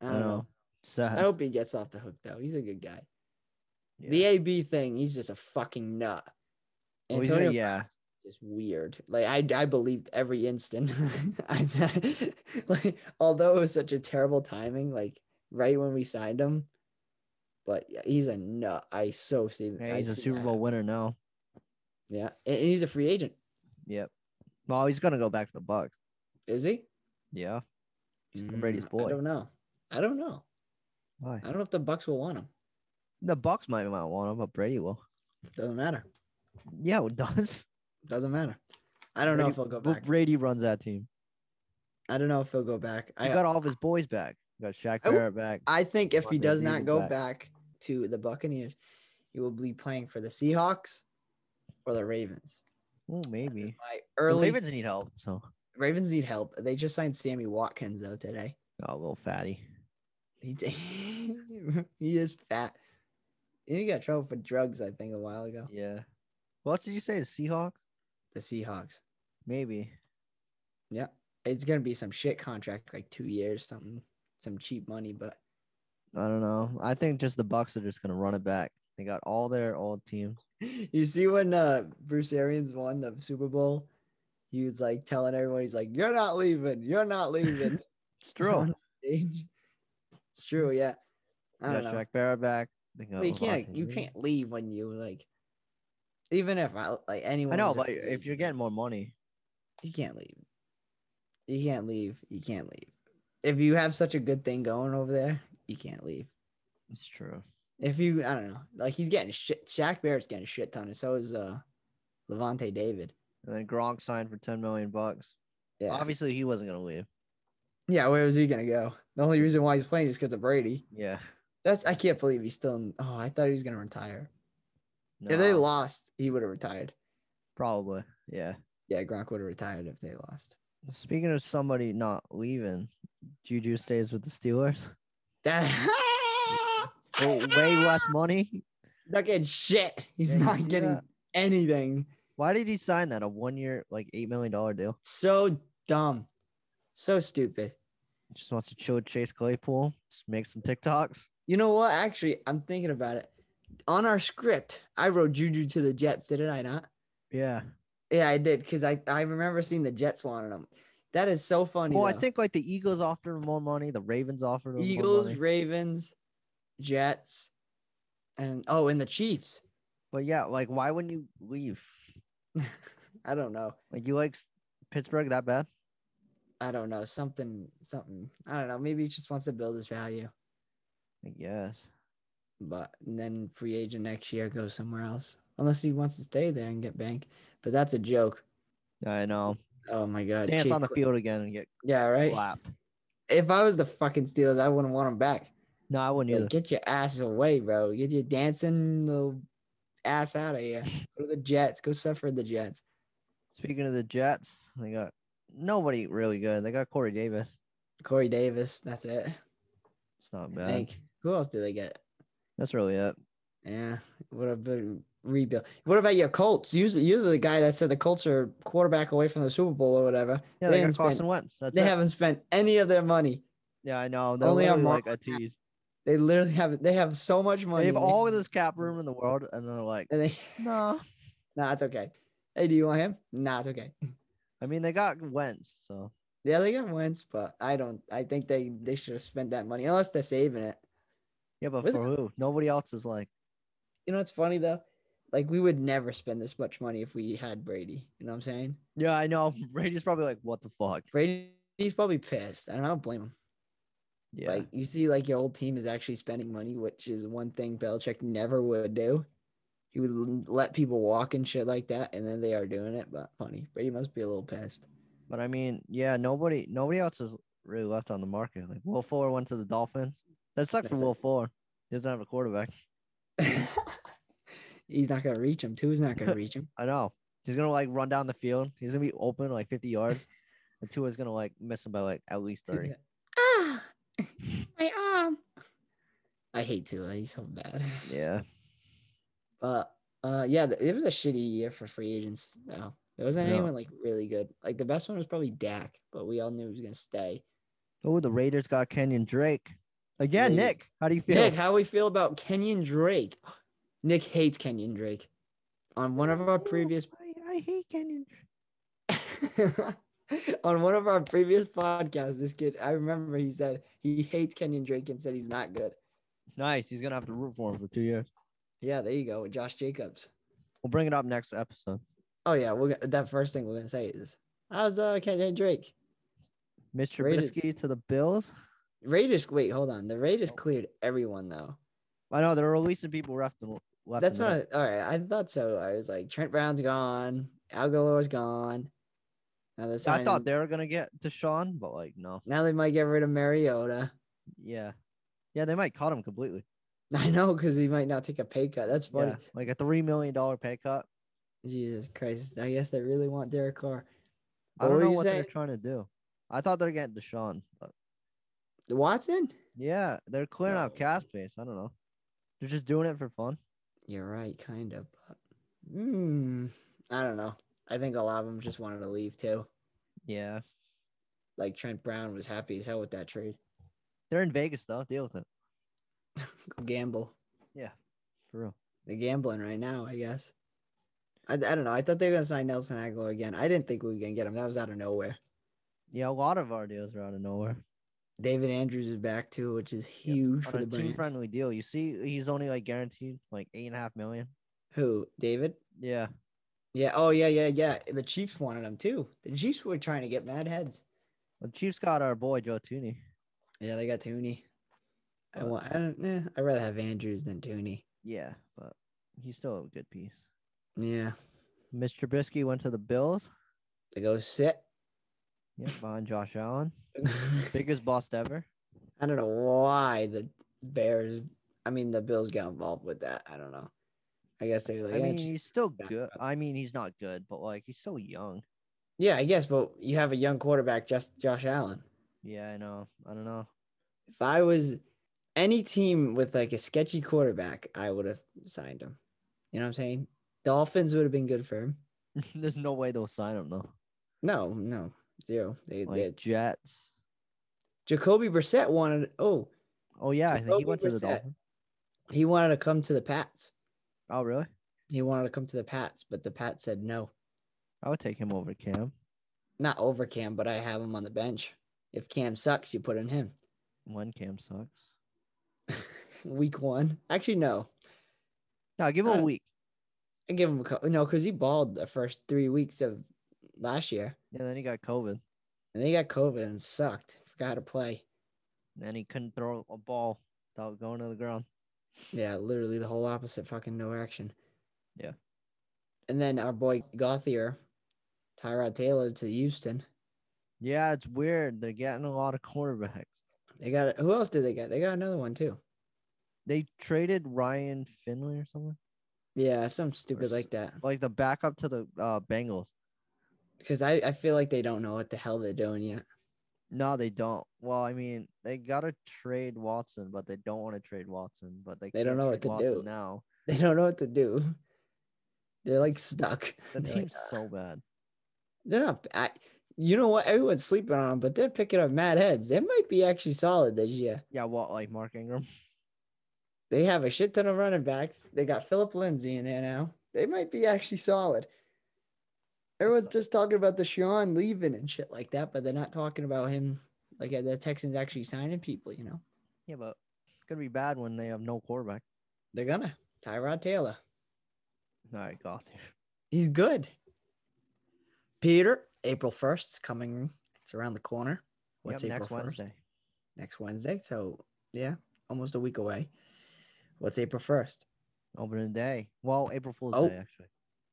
[SPEAKER 2] I
[SPEAKER 3] I
[SPEAKER 2] don't know.
[SPEAKER 3] know. Sad.
[SPEAKER 2] I hope he gets off the hook though. He's a good guy.
[SPEAKER 3] yeah.
[SPEAKER 2] The AB thing, he's just a fucking nut.
[SPEAKER 3] Well, Oh, he's
[SPEAKER 2] Antonio
[SPEAKER 3] gonna- yeah.
[SPEAKER 2] is weird. Like I, I believed every instant. I, like, although it was such a terrible timing, like right when we signed him, but yeah, he's a nut. I so see.
[SPEAKER 3] Yeah,
[SPEAKER 2] I
[SPEAKER 3] he's a
[SPEAKER 2] see
[SPEAKER 3] Super
[SPEAKER 2] that.
[SPEAKER 3] Bowl winner now.
[SPEAKER 2] Yeah, and and he's a free agent.
[SPEAKER 3] Yep. Well, he's gonna go back to the Bucks.
[SPEAKER 2] Is he?
[SPEAKER 3] Yeah. He's Tom Brady's
[SPEAKER 2] Mm, I
[SPEAKER 3] boy.
[SPEAKER 2] don't know. I don't know.
[SPEAKER 3] Why?
[SPEAKER 2] I don't know if the Bucks will want him.
[SPEAKER 3] The Bucks might not want him, but Brady will.
[SPEAKER 2] Doesn't matter.
[SPEAKER 3] Yeah, it does.
[SPEAKER 2] Doesn't matter. I don't know if he'll go
[SPEAKER 3] But
[SPEAKER 2] back.
[SPEAKER 3] Brady runs that team.
[SPEAKER 2] I don't know if he'll go back.
[SPEAKER 3] He
[SPEAKER 2] I uh,
[SPEAKER 3] got all of his boys back. He got Shaq
[SPEAKER 2] I would-
[SPEAKER 3] Barrett back.
[SPEAKER 2] I think if he
[SPEAKER 3] Rodney
[SPEAKER 2] does
[SPEAKER 3] Reed
[SPEAKER 2] not
[SPEAKER 3] is
[SPEAKER 2] go back.
[SPEAKER 3] back.
[SPEAKER 2] to the Buccaneers, he will be playing for the Seahawks or the Ravens.
[SPEAKER 3] Oh, maybe.
[SPEAKER 2] My
[SPEAKER 3] The
[SPEAKER 2] early Ravens.
[SPEAKER 3] Ravens need help, so
[SPEAKER 2] need help. They just signed Sammy Watkins though today.
[SPEAKER 3] oh, a little fatty.
[SPEAKER 2] He he is fat. He got in trouble for drugs, I think, a while ago.
[SPEAKER 3] Yeah. What did you say? The Seahawks?
[SPEAKER 2] The Seahawks.
[SPEAKER 3] Maybe.
[SPEAKER 2] Yeah, it's gonna be some shit contract, like two years, something, some cheap money. But
[SPEAKER 3] I don't know. I think just the Bucks are just gonna run it back. They got all their old team.
[SPEAKER 2] you see when uh Bruce Arians won the Super Bowl, he was like telling everyone, he's like, "You're not leaving. You're not leaving."
[SPEAKER 3] It's
[SPEAKER 2] on stage. It's true, yeah. I
[SPEAKER 3] got
[SPEAKER 2] don't know.
[SPEAKER 3] Shaq Barrett back. They can go
[SPEAKER 2] But you
[SPEAKER 3] to Los
[SPEAKER 2] can't you
[SPEAKER 3] Angeles.
[SPEAKER 2] can't leave when you like even if I like anyone
[SPEAKER 3] I know,
[SPEAKER 2] was
[SPEAKER 3] but
[SPEAKER 2] afraid,
[SPEAKER 3] if you're getting more money,
[SPEAKER 2] you can't leave. You can't leave. You can't leave. If you have such a good thing going over there, you can't leave.
[SPEAKER 3] it's true.
[SPEAKER 2] If you I don't know, like he's getting shit Shaq Barrett's getting a shit ton, and so is uh Levante David.
[SPEAKER 3] And then Gronk signed for ten million bucks.
[SPEAKER 2] Yeah.
[SPEAKER 3] Obviously, he wasn't gonna leave.
[SPEAKER 2] Yeah, where was he gonna go? The only reason why he's playing is because of Brady.
[SPEAKER 3] Yeah.
[SPEAKER 2] That's I can't believe he's still. In, oh, I thought he was gonna retire. If they
[SPEAKER 3] Nah,
[SPEAKER 2] lost, he would have retired.
[SPEAKER 3] probably. Yeah.
[SPEAKER 2] Yeah, Gronk would have retired if they lost.
[SPEAKER 3] Speaking of somebody not leaving, Juju stays with the Steelers
[SPEAKER 2] That
[SPEAKER 3] for way less money.
[SPEAKER 2] He's not getting shit. He's
[SPEAKER 3] Yeah, you
[SPEAKER 2] not
[SPEAKER 3] see
[SPEAKER 2] getting
[SPEAKER 3] that?
[SPEAKER 2] anything.
[SPEAKER 3] Why did he sign that a one year like eight million dollar deal?
[SPEAKER 2] So dumb. So stupid.
[SPEAKER 3] Just wants to chill with Chase Claypool, just make some TikToks.
[SPEAKER 2] You know what? Actually, I'm thinking about it. On our script, I wrote Juju to the Jets, didn't I not?
[SPEAKER 3] Yeah.
[SPEAKER 2] Yeah, I did because I, I remember seeing the Jets wanted him. That is so funny.
[SPEAKER 3] Well, I
[SPEAKER 2] though.
[SPEAKER 3] think like the Eagles offered him more money, the Ravens offered him more
[SPEAKER 2] Eagles,
[SPEAKER 3] money.
[SPEAKER 2] Ravens, Jets, and oh, and the Chiefs.
[SPEAKER 3] But yeah, like why wouldn't you leave?
[SPEAKER 2] I don't know.
[SPEAKER 3] Like you like Pittsburgh that bad?
[SPEAKER 2] I don't know. Something, something. I don't know. Maybe he just wants to build his value.
[SPEAKER 3] I guess.
[SPEAKER 2] But and then free agent next year goes somewhere else. Unless he wants to stay there and get bank. But that's a joke.
[SPEAKER 3] I know.
[SPEAKER 2] Oh my god.
[SPEAKER 3] Dance
[SPEAKER 2] Chief
[SPEAKER 3] on the
[SPEAKER 2] Cl-
[SPEAKER 3] field again and get
[SPEAKER 2] Yeah, right.
[SPEAKER 3] clapped.
[SPEAKER 2] If I was the fucking Steelers, I wouldn't want him back.
[SPEAKER 3] No, I wouldn't
[SPEAKER 2] Like,
[SPEAKER 3] either.
[SPEAKER 2] get your ass away, bro. Get your dancing little ass out of here. Go to the Jets. Go suffer the Jets.
[SPEAKER 3] Speaking of the Jets, they got nobody really good. They got Corey Davis.
[SPEAKER 2] Corey Davis. That's it.
[SPEAKER 3] It's not
[SPEAKER 2] I
[SPEAKER 3] bad.
[SPEAKER 2] think. Who else do they get?
[SPEAKER 3] That's really it.
[SPEAKER 2] Yeah. What about rebuild? What about your Colts? You, you're the guy that said the Colts are quarterback away from the Super Bowl or whatever.
[SPEAKER 3] Yeah, they,
[SPEAKER 2] haven't
[SPEAKER 3] got
[SPEAKER 2] spent-
[SPEAKER 3] Carson Wentz. That's
[SPEAKER 2] they
[SPEAKER 3] it.
[SPEAKER 2] haven't spent any of their money.
[SPEAKER 3] yeah, I know. They're
[SPEAKER 2] only on
[SPEAKER 3] only like
[SPEAKER 2] Mar-
[SPEAKER 3] a tease.
[SPEAKER 2] They literally have they have so much money.
[SPEAKER 3] They have
[SPEAKER 2] and
[SPEAKER 3] all of this cap room in the world, and they're like,
[SPEAKER 2] and they
[SPEAKER 3] no.
[SPEAKER 2] nah, it's okay. Hey, do you want him? Nah, it's okay.
[SPEAKER 3] I mean, they got Wentz, so
[SPEAKER 2] Yeah, they got Wentz, but I don't. I think they they should have spent that money unless they're saving it.
[SPEAKER 3] yeah, but
[SPEAKER 2] With-
[SPEAKER 3] for who? Nobody else is like,
[SPEAKER 2] You know what's funny though? Like we would never spend this much money if we had Brady. You know what I'm saying?
[SPEAKER 3] yeah, I know. Brady's probably like, what the fuck?
[SPEAKER 2] Brady's probably pissed, and I don't blame him.
[SPEAKER 3] Yeah,
[SPEAKER 2] Like you see, like your old team is actually spending money, which is one thing Belichick never would do. He would l- let people walk and shit like that, and then they are doing it. But funny, Brady must be a little pissed.
[SPEAKER 3] but I mean, yeah, nobody, nobody else is really left on the market. Like Will Fuller went to the Dolphins. That sucks for
[SPEAKER 2] That's it.
[SPEAKER 3] Will Fuller. He doesn't have a quarterback.
[SPEAKER 2] He's not gonna reach him. Tua's not gonna reach him.
[SPEAKER 3] I know. He's gonna like run down the field. He's gonna be open like 50 yards, and Tua's gonna like miss him by like at least 30.
[SPEAKER 2] Ah, my arm. I hate Tua. He's so bad.
[SPEAKER 3] Yeah.
[SPEAKER 2] But uh, yeah, th- it was a shitty year for free agents. No, there wasn't
[SPEAKER 3] No.
[SPEAKER 2] anyone like really good. Like the best one was probably Dak, but we all knew he was gonna stay.
[SPEAKER 3] Oh, the Raiders got Kenyon Drake. Again,
[SPEAKER 2] Raiders.
[SPEAKER 3] Nick. How do you feel?
[SPEAKER 2] Nick, how we feel about Kenyon Drake? Nick hates Kenyon Drake. On one of our previous
[SPEAKER 3] I, I hate Kenyon. Drake.
[SPEAKER 2] on one of our previous podcasts, this kid I remember he said he hates Kenyon Drake and said he's not good.
[SPEAKER 3] Nice. He's gonna have to root for him for two years.
[SPEAKER 2] Yeah, there you go with Josh Jacobs.
[SPEAKER 3] We'll bring it up next episode.
[SPEAKER 2] Oh yeah, we're gonna, that first thing we're gonna say is how's uh Kenyon Drake?
[SPEAKER 3] Mitch
[SPEAKER 2] Raiders.
[SPEAKER 3] Trubisky to the Bills.
[SPEAKER 2] Raiders. Wait, hold on. The Raiders cleared everyone though.
[SPEAKER 3] I know they're releasing people left and left.
[SPEAKER 2] That's
[SPEAKER 3] and
[SPEAKER 2] what.
[SPEAKER 3] right.
[SPEAKER 2] I, all right, I thought so. I was like, Trent Brown's gone. Al Gallore's gone. Now they
[SPEAKER 3] I thought
[SPEAKER 2] signing-
[SPEAKER 3] they were gonna get Deshaun, but like no.
[SPEAKER 2] Now they might get rid of Mariota.
[SPEAKER 3] Yeah. Yeah, they might cut him completely.
[SPEAKER 2] I know because he might not take a pay cut. That's funny.
[SPEAKER 3] Yeah, like a three million dollar pay cut.
[SPEAKER 2] Jesus Christ. I guess they really want Derek Carr.
[SPEAKER 3] I don't
[SPEAKER 2] were
[SPEAKER 3] know
[SPEAKER 2] you
[SPEAKER 3] what they're
[SPEAKER 2] saying?
[SPEAKER 3] trying to do. I thought they're getting Deshaun, but
[SPEAKER 2] Watson?
[SPEAKER 3] yeah, they're clearing out
[SPEAKER 2] No.
[SPEAKER 3] cap space. I don't know. They're just doing it for fun.
[SPEAKER 2] You're right, kind of. But, mm, I don't know. I think a lot of them just wanted to leave too.
[SPEAKER 3] Yeah,
[SPEAKER 2] Like Trent Brown was happy as hell with that trade.
[SPEAKER 3] they're in Vegas though. Deal with it
[SPEAKER 2] Go gamble.
[SPEAKER 3] for real.
[SPEAKER 2] They're gambling right now, I guess. I, I don't know. I thought they were going to sign Nelson Aguilar again. I didn't think we were going to get him. That was out of nowhere.
[SPEAKER 3] Yeah, a lot of our deals are out of nowhere.
[SPEAKER 2] David Andrews is back too, which is huge
[SPEAKER 3] on
[SPEAKER 2] for
[SPEAKER 3] a
[SPEAKER 2] the
[SPEAKER 3] team
[SPEAKER 2] brand.
[SPEAKER 3] friendly deal. You see, he's only like guaranteed like eight and a half million.
[SPEAKER 2] Who? David?
[SPEAKER 3] Yeah,
[SPEAKER 2] Yeah. Oh yeah, yeah, yeah. The Chiefs wanted him too. The Chiefs were trying to get mad heads.
[SPEAKER 3] the Chiefs got our boy Joe Tooney.
[SPEAKER 2] Yeah, they got Tooney. I
[SPEAKER 3] Uh,
[SPEAKER 2] want. I don't. Eh, I'd rather have Andrews than Tooney.
[SPEAKER 3] Yeah, but he's still a good piece.
[SPEAKER 2] Yeah.
[SPEAKER 3] Mr. Trubisky went to the Bills.
[SPEAKER 2] They go sit.
[SPEAKER 3] Yeah, behind Josh Allen,
[SPEAKER 2] I
[SPEAKER 3] biggest bust ever.
[SPEAKER 2] don't know why the Bears. I mean, the Bills got involved with that. I don't know. I guess they were like,
[SPEAKER 3] I
[SPEAKER 2] "Yeah,
[SPEAKER 3] mean,
[SPEAKER 2] just-
[SPEAKER 3] he's still
[SPEAKER 2] back
[SPEAKER 3] good. I mean, he's not good, but like he's still young.
[SPEAKER 2] yeah, I guess. But you have a young quarterback, just Josh Allen.
[SPEAKER 3] Yeah, I know. I don't know.
[SPEAKER 2] If I was any team with like a sketchy quarterback, I would have signed him. You know what I'm saying? Dolphins would have been good for him.
[SPEAKER 3] There's no way they'll sign him though.
[SPEAKER 2] No, no, zero. They
[SPEAKER 3] Like
[SPEAKER 2] did.
[SPEAKER 3] Jets.
[SPEAKER 2] Jacoby Brissett wanted. Oh,
[SPEAKER 3] Oh yeah, I think
[SPEAKER 2] Jacoby
[SPEAKER 3] he went to the
[SPEAKER 2] Brissett.
[SPEAKER 3] Dolphins.
[SPEAKER 2] he wanted to come to the Pats.
[SPEAKER 3] Oh really?
[SPEAKER 2] He wanted to come to the Pats, but the Pats said no.
[SPEAKER 3] I would take him over Cam.
[SPEAKER 2] Not over Cam, but I have him on the bench. If Cam sucks, you put in him.
[SPEAKER 3] When Cam sucks.
[SPEAKER 2] Week one. Actually, no.
[SPEAKER 3] No, give him
[SPEAKER 2] Uh,
[SPEAKER 3] a week.
[SPEAKER 2] I give him a couple. No, because he balled the first three weeks of last year,
[SPEAKER 3] And then he got COVID.
[SPEAKER 2] and they got COVID and sucked. Forgot how to play.
[SPEAKER 3] And then he couldn't throw a ball without going to the ground.
[SPEAKER 2] Yeah, literally the whole opposite fucking no action.
[SPEAKER 3] Yeah.
[SPEAKER 2] And then our boy Gothier, Tyrod Taylor to Houston.
[SPEAKER 3] Yeah, it's weird. They're getting a lot of quarterbacks.
[SPEAKER 2] They got who else did they get? They got another one too.
[SPEAKER 3] They traded Ryan Finley or something.
[SPEAKER 2] Yeah, some stupid
[SPEAKER 3] s-
[SPEAKER 2] like that.
[SPEAKER 3] Like the backup to the uh, Bengals.
[SPEAKER 2] Because I, I feel like they don't know what the hell they're doing yet.
[SPEAKER 3] No, they don't. Well, I mean, they gotta trade Watson, but they don't want to trade Watson. But they
[SPEAKER 2] They don't
[SPEAKER 3] can't
[SPEAKER 2] know what
[SPEAKER 3] trade
[SPEAKER 2] to
[SPEAKER 3] Watson
[SPEAKER 2] do.
[SPEAKER 3] now.
[SPEAKER 2] They don't know what to do. They're like stuck.
[SPEAKER 3] The
[SPEAKER 2] They're, like, "Ah."
[SPEAKER 3] team's so bad.
[SPEAKER 2] they're not. I, you know what? Everyone's sleeping on them, but they're picking up mad heads. They might be actually solid this year.
[SPEAKER 3] Yeah, what like Mark Ingram?
[SPEAKER 2] They have a shit ton of running backs. They got Philip Lindsay in there now. They might be actually solid. Everyone's just talking about the Sean leaving and shit like that, but they're not talking about him. Like uh, the Texans actually signing people, you know?
[SPEAKER 3] Yeah, but it's gonna be bad when they have no quarterback.
[SPEAKER 2] They're gonna. Tyrod Taylor.
[SPEAKER 3] All right, got there.
[SPEAKER 2] He's good. Peter, April 1st is coming. It's around the corner. What's
[SPEAKER 3] Yep,
[SPEAKER 2] April
[SPEAKER 3] next
[SPEAKER 2] 1st?
[SPEAKER 3] Wednesday.
[SPEAKER 2] Next Wednesday. So, yeah, almost a week away. What's April 1st?
[SPEAKER 3] Opening day. Well, April Fool's
[SPEAKER 2] Oh.
[SPEAKER 3] Day actually.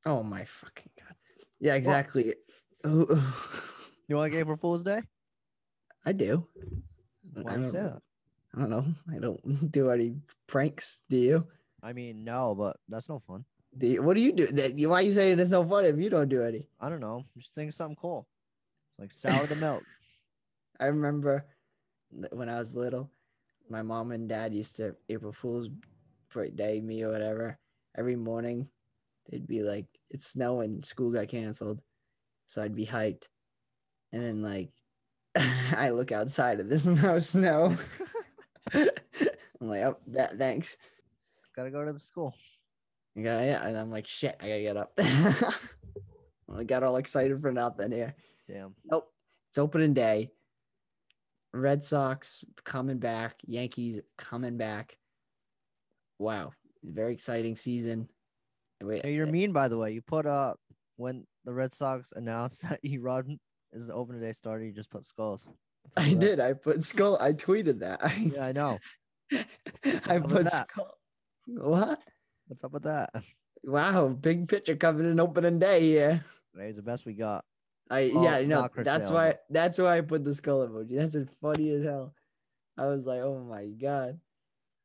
[SPEAKER 2] Oh, my fucking God. Yeah, exactly. Who-
[SPEAKER 3] You want like April Fool's Day?
[SPEAKER 2] I do.
[SPEAKER 3] Why
[SPEAKER 2] I
[SPEAKER 3] do you
[SPEAKER 2] don't,
[SPEAKER 3] say that?
[SPEAKER 2] I don't know. I don't do any pranks. Do you?
[SPEAKER 3] I mean, no, but that's no fun.
[SPEAKER 2] Do you, what do you do? That, why you saying it's no fun if you don't do any?
[SPEAKER 3] I don't know. Just think of something cool, like sour the milk.
[SPEAKER 2] I remember th- when I was little, my mom and dad used to April Fool's pr- Day me or whatever. Every morning, they'd be like, "It's snowing, school got canceled," so I'd be hyped, and then like, I look outside and there's no snow. I'm like, "Oh, that thanks."
[SPEAKER 3] Gotta go to the school.
[SPEAKER 2] I got- yeah, and I'm like, "Shit, I gotta get up." I got all excited for nothing here.
[SPEAKER 3] Damn.
[SPEAKER 2] Nope. It's opening day. Red Sox coming back. Yankees coming back. Wow. Very exciting season. Wait,
[SPEAKER 3] Hey, you're
[SPEAKER 2] uh,
[SPEAKER 3] mean, by the way. You put up when the Red Sox announced that Erod is the opening day starter. You just put skulls. That's
[SPEAKER 2] I
[SPEAKER 3] all that-
[SPEAKER 2] did. I put skull. I tweeted that. I,
[SPEAKER 3] Yeah, I know.
[SPEAKER 2] I
[SPEAKER 3] up with
[SPEAKER 2] put
[SPEAKER 3] that?
[SPEAKER 2] skull. What?
[SPEAKER 3] What's up with that?
[SPEAKER 2] Wow. Big picture coming in opening day here.
[SPEAKER 3] It's the best we got.
[SPEAKER 2] I
[SPEAKER 3] Well,
[SPEAKER 2] yeah, I know.
[SPEAKER 3] not for
[SPEAKER 2] That's
[SPEAKER 3] sale,
[SPEAKER 2] why
[SPEAKER 3] but-
[SPEAKER 2] that's why I put the skull emoji. That's as funny as hell. I was like, oh my god.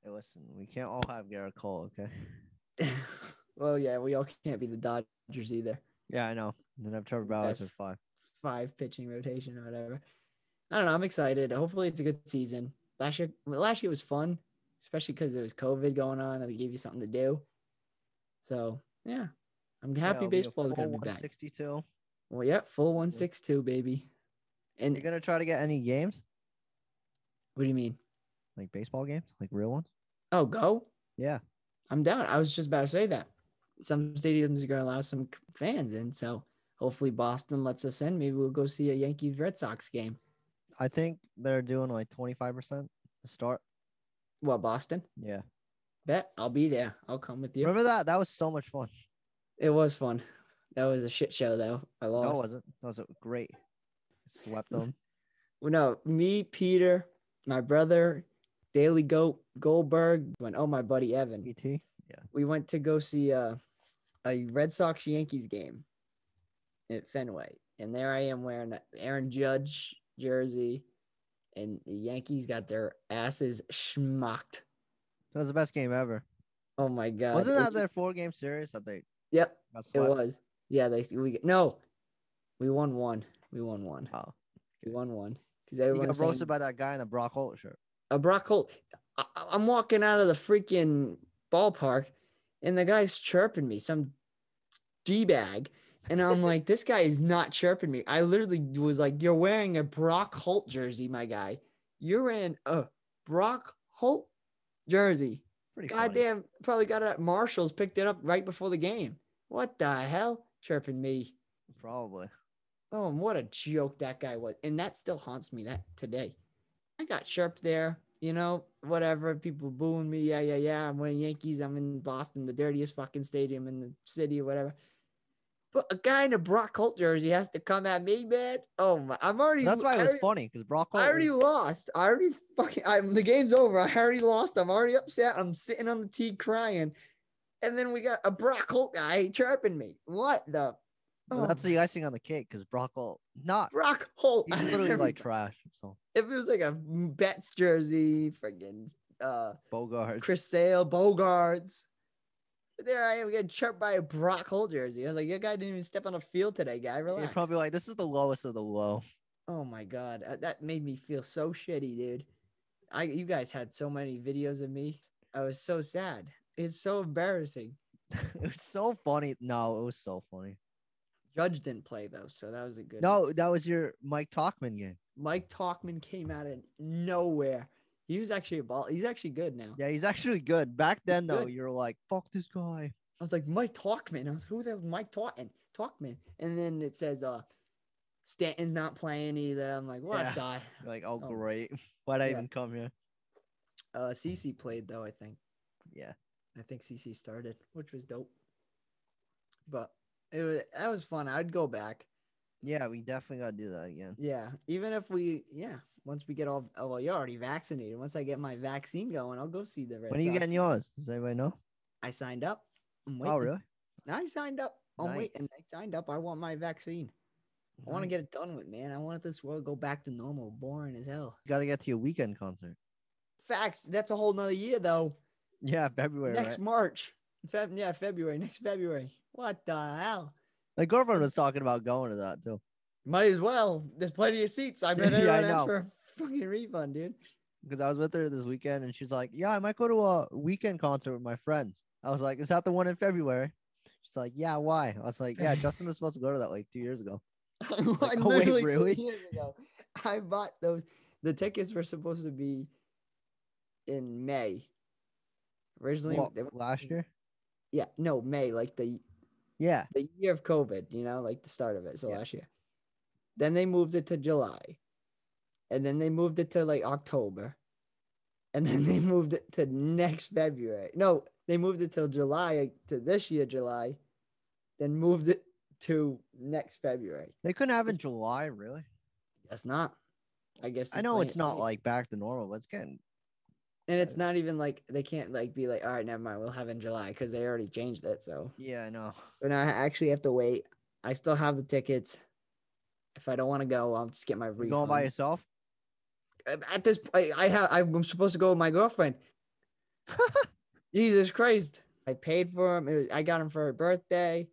[SPEAKER 3] Hey, listen, we can't all have Garrett Cole, okay?
[SPEAKER 2] well, yeah, we all can't be the Dodgers either.
[SPEAKER 3] Yeah, I know. And then have Trevor Bowers
[SPEAKER 2] Yes.
[SPEAKER 3] at five.
[SPEAKER 2] five pitching rotation or whatever. I don't know. I'm excited. Hopefully, it's a good season. Last year, well, last year was fun, especially because there was COVID going on and they gave you something to do. So yeah, I'm
[SPEAKER 3] Yeah,
[SPEAKER 2] happy
[SPEAKER 3] it'll be a
[SPEAKER 2] baseball is
[SPEAKER 3] full
[SPEAKER 2] gonna be back.
[SPEAKER 3] 162.
[SPEAKER 2] Well, yeah, full one six two baby. And
[SPEAKER 3] You're gonna try to get any games,
[SPEAKER 2] what do you mean?
[SPEAKER 3] like baseball games, like real ones?
[SPEAKER 2] Oh, go.
[SPEAKER 3] Yeah.
[SPEAKER 2] I'm down. I was just about to say that. Some stadiums are gonna allow some c- fans in, so hopefully Boston lets us in. Maybe we'll go see a Yankees Red Sox game.
[SPEAKER 3] I think they're doing like 25% to start.
[SPEAKER 2] What Boston?
[SPEAKER 3] Yeah.
[SPEAKER 2] Bet I'll be there. I'll come with you.
[SPEAKER 3] Remember that? That was so much fun.
[SPEAKER 2] It was fun. That was a shit show though. I
[SPEAKER 3] No, it
[SPEAKER 2] lost.
[SPEAKER 3] wasn't. That was a great. Swept them.
[SPEAKER 2] Well, no, me, Peter, my brother, Daily Goat Goldberg, and oh my buddy Evan.
[SPEAKER 3] BT.
[SPEAKER 2] We went to go see uh, a Red Sox Yankees game at Fenway, and there I am wearing a Aaron Judge jersey, and the Yankees got their asses schmucked.
[SPEAKER 3] That was the best game ever.
[SPEAKER 2] Oh my god!
[SPEAKER 3] Wasn't
[SPEAKER 2] It-
[SPEAKER 3] that their four game series that they
[SPEAKER 2] Yep,
[SPEAKER 3] got
[SPEAKER 2] it
[SPEAKER 3] swept?
[SPEAKER 2] was. Yeah, they we no, we won one. We won one.
[SPEAKER 3] Oh.
[SPEAKER 2] We won one because
[SPEAKER 3] You
[SPEAKER 2] everyone
[SPEAKER 3] got
[SPEAKER 2] was saying-
[SPEAKER 3] roasted by that guy in the Brock Holt shirt.
[SPEAKER 2] a Brock Holt. I, I- I'm walking out of the freaking ballpark, and the guy's chirping me, some d bag, and I'm like, this guy is not chirping me. I literally was like, you're wearing a Brock Holt jersey, my guy. You're in a Brock Holt jersey.
[SPEAKER 3] Pretty funny.
[SPEAKER 2] Goddamn, probably got it at Marshalls, picked it up right before the game. What the hell, chirping me?
[SPEAKER 3] Probably.
[SPEAKER 2] Oh, and what a joke that guy was. And that still haunts me that today. I got chirped there, you know, whatever. People booing me. Yeah, yeah, yeah. I'm wearing Yankees. I'm in Boston, the dirtiest fucking stadium in the city or whatever. But a guy in a Brock Holt jersey has to come at me, man. Oh my I'm already
[SPEAKER 3] That's why
[SPEAKER 2] I
[SPEAKER 3] it was
[SPEAKER 2] already-
[SPEAKER 3] funny because Brock Holt.
[SPEAKER 2] I already
[SPEAKER 3] was-
[SPEAKER 2] lost. I already fucking. I'm the game's over. I already lost. I'm already upset. I'm sitting on the tee crying, and then we got a Brock Holt guy chirping me. What the? um,
[SPEAKER 3] but that's the icing on the cake because Brock Holt. Not.
[SPEAKER 2] Brock Holt.
[SPEAKER 3] He's
[SPEAKER 2] out of
[SPEAKER 3] literally like
[SPEAKER 2] everybody.
[SPEAKER 3] trash. So
[SPEAKER 2] if it was like a Betts jersey, friggin' uh,
[SPEAKER 3] Bogart.
[SPEAKER 2] Chris Sale, Bogards. But there I am getting chirped by a Brock Holt jersey. I was like, your guy didn't even step on the field today, guy.
[SPEAKER 3] You're
[SPEAKER 2] Relax.
[SPEAKER 3] probably like, this is the lowest of the low.
[SPEAKER 2] oh my god, Uh, that made me feel so shitty, dude. I you guys had so many videos of me. I was so sad. It's so embarrassing.
[SPEAKER 3] it was so funny. No, it was so funny.
[SPEAKER 2] Judge didn't play though, so that was a good.
[SPEAKER 3] No, that was your Mike Talkman game.
[SPEAKER 2] Mike Talkman came out of nowhere. He was actually a ball. He's actually good now.
[SPEAKER 3] Yeah, he's actually good. Back then, though,
[SPEAKER 2] good.
[SPEAKER 3] you were like, fuck this guy.
[SPEAKER 2] I was like, Mike Talkman. I was who the hell's Mike Talkman? Talkman. And then it says uh Stanton's not playing either. I'm like, what
[SPEAKER 3] Yeah.
[SPEAKER 2] the
[SPEAKER 3] You're like, oh,
[SPEAKER 2] Oh.
[SPEAKER 3] great. Why'd I
[SPEAKER 2] Yeah.
[SPEAKER 3] even come here?
[SPEAKER 2] uh CC played though, I think.
[SPEAKER 3] Yeah.
[SPEAKER 2] I think CC started, which was dope. But it was that was fun. I'd go back.
[SPEAKER 3] Yeah, we definitely got to do that again.
[SPEAKER 2] Yeah. Even if we yeah, once we get all oh well, you're already vaccinated. Once I get my vaccine going, I'll go see the Red
[SPEAKER 3] when are you
[SPEAKER 2] Sox.
[SPEAKER 3] getting yours? Does anybody know?
[SPEAKER 2] I signed up. I'm waiting.
[SPEAKER 3] Oh, really?
[SPEAKER 2] I signed up. I'm
[SPEAKER 3] Nice.
[SPEAKER 2] waiting. I signed up. I want my vaccine. I
[SPEAKER 3] Mm-hmm.
[SPEAKER 2] want to get it done with, man. I want this world to go back to normal, boring as hell.
[SPEAKER 3] Got to get to your weekend concert.
[SPEAKER 2] Facts. That's a whole nother year, though.
[SPEAKER 3] Yeah, February.
[SPEAKER 2] next
[SPEAKER 3] right?
[SPEAKER 2] March. Feb- yeah, February. Next February. What the hell?
[SPEAKER 3] My girlfriend was talking about going to that too.
[SPEAKER 2] Might as well. There's plenty of seats. I bet
[SPEAKER 3] Yeah, I
[SPEAKER 2] everyone
[SPEAKER 3] know.
[SPEAKER 2] asked for a fucking refund, dude.
[SPEAKER 3] because I was with her this weekend and she's like, Yeah, I might go to a weekend concert with my friends. I was like, Is that the one in February? She's like, Yeah, why? I was like, Yeah, Justin was supposed to go to that like two years ago.
[SPEAKER 2] I
[SPEAKER 3] oh, wait,
[SPEAKER 2] literally two
[SPEAKER 3] really?
[SPEAKER 2] years ago, I bought those. The tickets were supposed to be in May. Originally,
[SPEAKER 3] Well,
[SPEAKER 2] they were-
[SPEAKER 3] last year.
[SPEAKER 2] yeah, no, May, like the
[SPEAKER 3] Yeah.
[SPEAKER 2] the year of COVID, you know, like the start of it. So
[SPEAKER 3] Yeah.
[SPEAKER 2] last year. Then they moved it to July. And then they moved it to like October. And then they moved it to next February. No, they moved it till July to this year, July. Then moved it to next February.
[SPEAKER 3] They couldn't have in July, really.
[SPEAKER 2] That's not. I guess
[SPEAKER 3] I
[SPEAKER 2] they're
[SPEAKER 3] know
[SPEAKER 2] playing
[SPEAKER 3] it's
[SPEAKER 2] it
[SPEAKER 3] not
[SPEAKER 2] safe.
[SPEAKER 3] like back to normal, but it's getting
[SPEAKER 2] and it's not even like they can't like be like, all right, never mind, we'll have it in July because they already changed it. So
[SPEAKER 3] yeah, I know.
[SPEAKER 2] But now I actually have to wait. I still have the tickets. If I don't want to go, I'll just get my
[SPEAKER 3] You
[SPEAKER 2] refund.
[SPEAKER 3] going by yourself?
[SPEAKER 2] At this point, I have I'm supposed to go with my girlfriend. Jesus Christ! I paid for him. I got him for her birthday.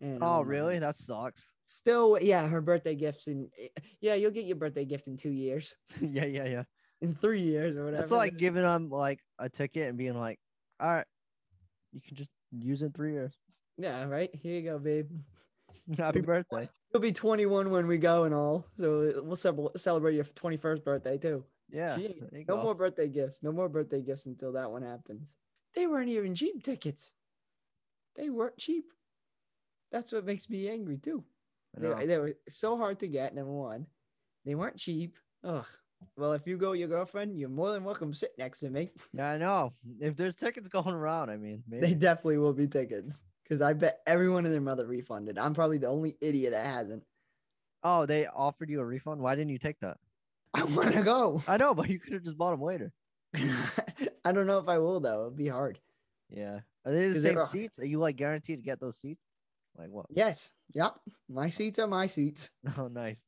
[SPEAKER 2] And my-
[SPEAKER 3] Oh, really? That sucks.
[SPEAKER 2] Still, yeah, her birthday gifts and yeah, you'll get your birthday gift in two years,
[SPEAKER 3] yeah, yeah, yeah.
[SPEAKER 2] in three years or whatever.
[SPEAKER 3] That's like giving them like a ticket and being like, All right, you can just use it in three years.
[SPEAKER 2] yeah, right. Here you go, babe.
[SPEAKER 3] Happy birthday.
[SPEAKER 2] You'll be 21 when we go and all, so we'll celeb- celebrate your 21st birthday too.
[SPEAKER 3] Yeah.
[SPEAKER 2] Gee,
[SPEAKER 3] there you
[SPEAKER 2] No
[SPEAKER 3] go.
[SPEAKER 2] more birthday gifts. No more birthday gifts until that one happens. They weren't even cheap tickets. They weren't cheap. That's what makes me angry too.
[SPEAKER 3] I
[SPEAKER 2] They,
[SPEAKER 3] know.
[SPEAKER 2] they were so hard to get. Number one, they weren't cheap. Oh, well, if you go with your girlfriend, you're more than welcome to sit next to me.
[SPEAKER 3] Yeah, I know. If there's tickets going around, I mean, maybe.
[SPEAKER 2] They definitely will be tickets because I bet everyone and their mother refunded. I'm probably the only idiot that hasn't.
[SPEAKER 3] oh, they offered you a refund. Why didn't you take that?
[SPEAKER 2] I want to go.
[SPEAKER 3] I know, but you could have just bought them later.
[SPEAKER 2] I don't know if I will though. It'll be hard.
[SPEAKER 3] Yeah. Are they the
[SPEAKER 2] Is it
[SPEAKER 3] same
[SPEAKER 2] a-
[SPEAKER 3] seats? Are you like guaranteed to get those seats? Like what?
[SPEAKER 2] Yes. Yep. My seats are my seats.
[SPEAKER 3] Oh, nice.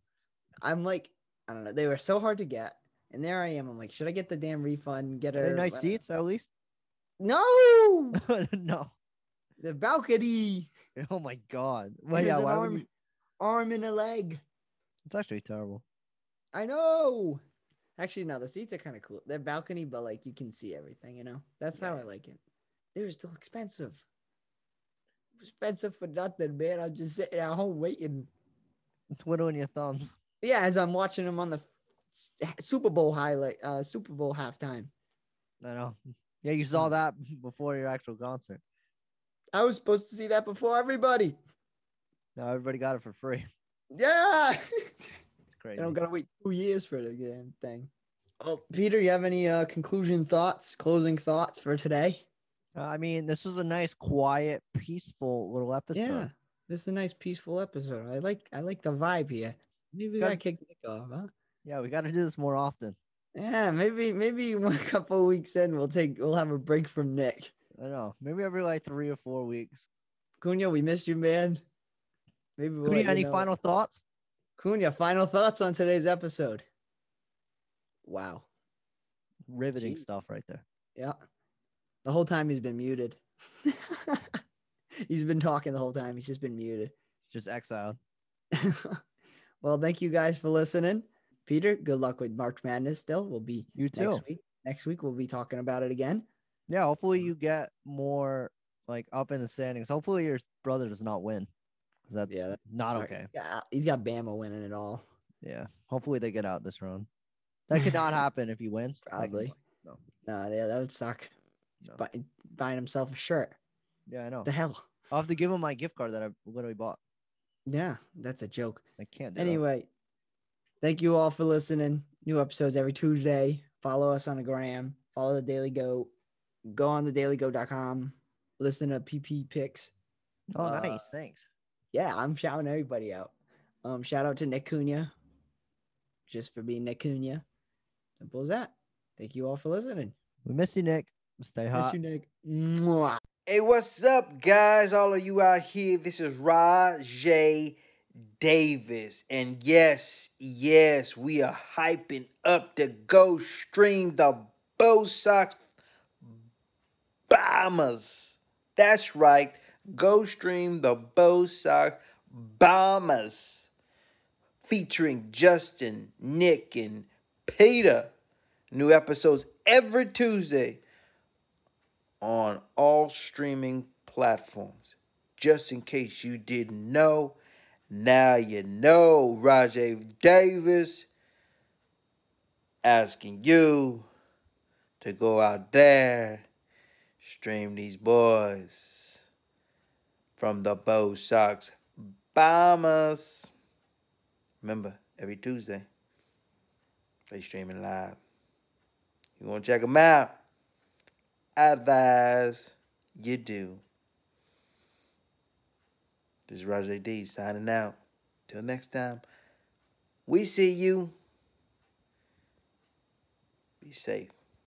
[SPEAKER 2] I'm like, I don't know. They were so hard to get, and there I am. I'm like, should I get the damn refund? Get
[SPEAKER 3] Are they
[SPEAKER 2] her
[SPEAKER 3] nice
[SPEAKER 2] whatever.
[SPEAKER 3] seats at least?
[SPEAKER 2] No,
[SPEAKER 3] no.
[SPEAKER 2] the balcony.
[SPEAKER 3] Oh my god. Well,
[SPEAKER 2] Well,
[SPEAKER 3] yeah,
[SPEAKER 2] an
[SPEAKER 3] why would
[SPEAKER 2] arm,
[SPEAKER 3] you...
[SPEAKER 2] arm and a leg.
[SPEAKER 3] It's actually terrible.
[SPEAKER 2] I know. Actually, no, the seats are kind of cool. They're balcony, but like you can see everything. You know, that's how I like it. They were still expensive. Expensive for nothing, man. I'm just sitting at home waiting.
[SPEAKER 3] Twiddling your thumbs.
[SPEAKER 2] Yeah, as I'm watching them on the f- Super Bowl highlight, uh, Super Bowl halftime.
[SPEAKER 3] I know. Yeah, you
[SPEAKER 2] Hmm.
[SPEAKER 3] saw that before your actual concert.
[SPEAKER 2] I was supposed to see that before everybody.
[SPEAKER 3] Now everybody got it for free.
[SPEAKER 2] Yeah,
[SPEAKER 3] It's crazy.
[SPEAKER 2] and I'm gonna wait two years for the damn thing. Well, Peter, you have any uh, conclusion thoughts, closing thoughts for today?
[SPEAKER 3] Uh, I mean, this was a nice, quiet, peaceful little episode.
[SPEAKER 2] Yeah, this is a nice peaceful episode. I like I like the vibe here. Maybe we
[SPEAKER 3] Gotta-
[SPEAKER 2] gotta kick Nick off, huh?
[SPEAKER 3] Yeah, we got to do this more often.
[SPEAKER 2] Yeah, maybe maybe one couple weeks in we'll take we'll have a break from Nick.
[SPEAKER 3] I know. Maybe every like three or four weeks.
[SPEAKER 2] Cunha, we missed you, man. Maybe we'll
[SPEAKER 3] Cody,
[SPEAKER 2] let you
[SPEAKER 3] any
[SPEAKER 2] know.
[SPEAKER 3] final thoughts?
[SPEAKER 2] Cunha, final thoughts on today's episode. Wow.
[SPEAKER 3] Riveting
[SPEAKER 2] Gee.
[SPEAKER 3] stuff right there.
[SPEAKER 2] Yeah. The whole time he's been muted. he's been talking the whole time. He's just been muted.
[SPEAKER 3] Just exiled.
[SPEAKER 2] well, thank you guys for listening. Peter, good luck with March Madness still. We'll be
[SPEAKER 3] You too.
[SPEAKER 2] next week. Next week we'll be talking about it again.
[SPEAKER 3] Yeah,
[SPEAKER 2] Mm-hmm.
[SPEAKER 3] hopefully you get more like up in the standings. Hopefully your brother does not win. 'cause that's
[SPEAKER 2] Yeah, that's
[SPEAKER 3] not
[SPEAKER 2] Sorry.
[SPEAKER 3] okay.
[SPEAKER 2] Yeah, he's got Bama winning it all.
[SPEAKER 3] Yeah. Hopefully they get out this round. That could not happen if he wins. That could-
[SPEAKER 2] Probably.
[SPEAKER 3] No.
[SPEAKER 2] No, yeah, that would suck.
[SPEAKER 3] No.
[SPEAKER 2] Buy, buying himself a shirt.
[SPEAKER 3] Yeah, I know.
[SPEAKER 2] What the hell?
[SPEAKER 3] I'll have to give him my gift card that I literally bought.
[SPEAKER 2] Yeah, that's a joke.
[SPEAKER 3] I can't do that.
[SPEAKER 2] Anyway, thank you all for listening. New episodes every Tuesday. Follow us on the gram. Follow the Daily Go. Go on the dailygo.com. Listen to PP Picks.
[SPEAKER 3] Oh,
[SPEAKER 2] uh,
[SPEAKER 3] nice. Thanks.
[SPEAKER 2] Yeah, I'm shouting everybody out. Um, shout out to Nick Cunha, just for being Nick Cunha. Simple as that. Thank you all for listening.
[SPEAKER 3] We miss you, Nick. Stay
[SPEAKER 2] Miss
[SPEAKER 3] hot.
[SPEAKER 2] you, Nick. Mwah.
[SPEAKER 4] Hey, what's up, guys? All of you out here, this is Rajay Davis. And yes, yes, we are hyping up to go stream the Bo Sox Bombers. That's right, go stream the Bo Sox Bombers featuring Justin, Nick, and Peter. New episodes every Tuesday on all streaming platforms. Just in case you didn't know, now you know Rajay Davis asking you to go out there, stream these boys from the Bo Sox Bombers. Remember, every Tuesday, they streaming live. You want to check them out? advise you do. This is Roger D signing out. Till next time, we see you. Be safe.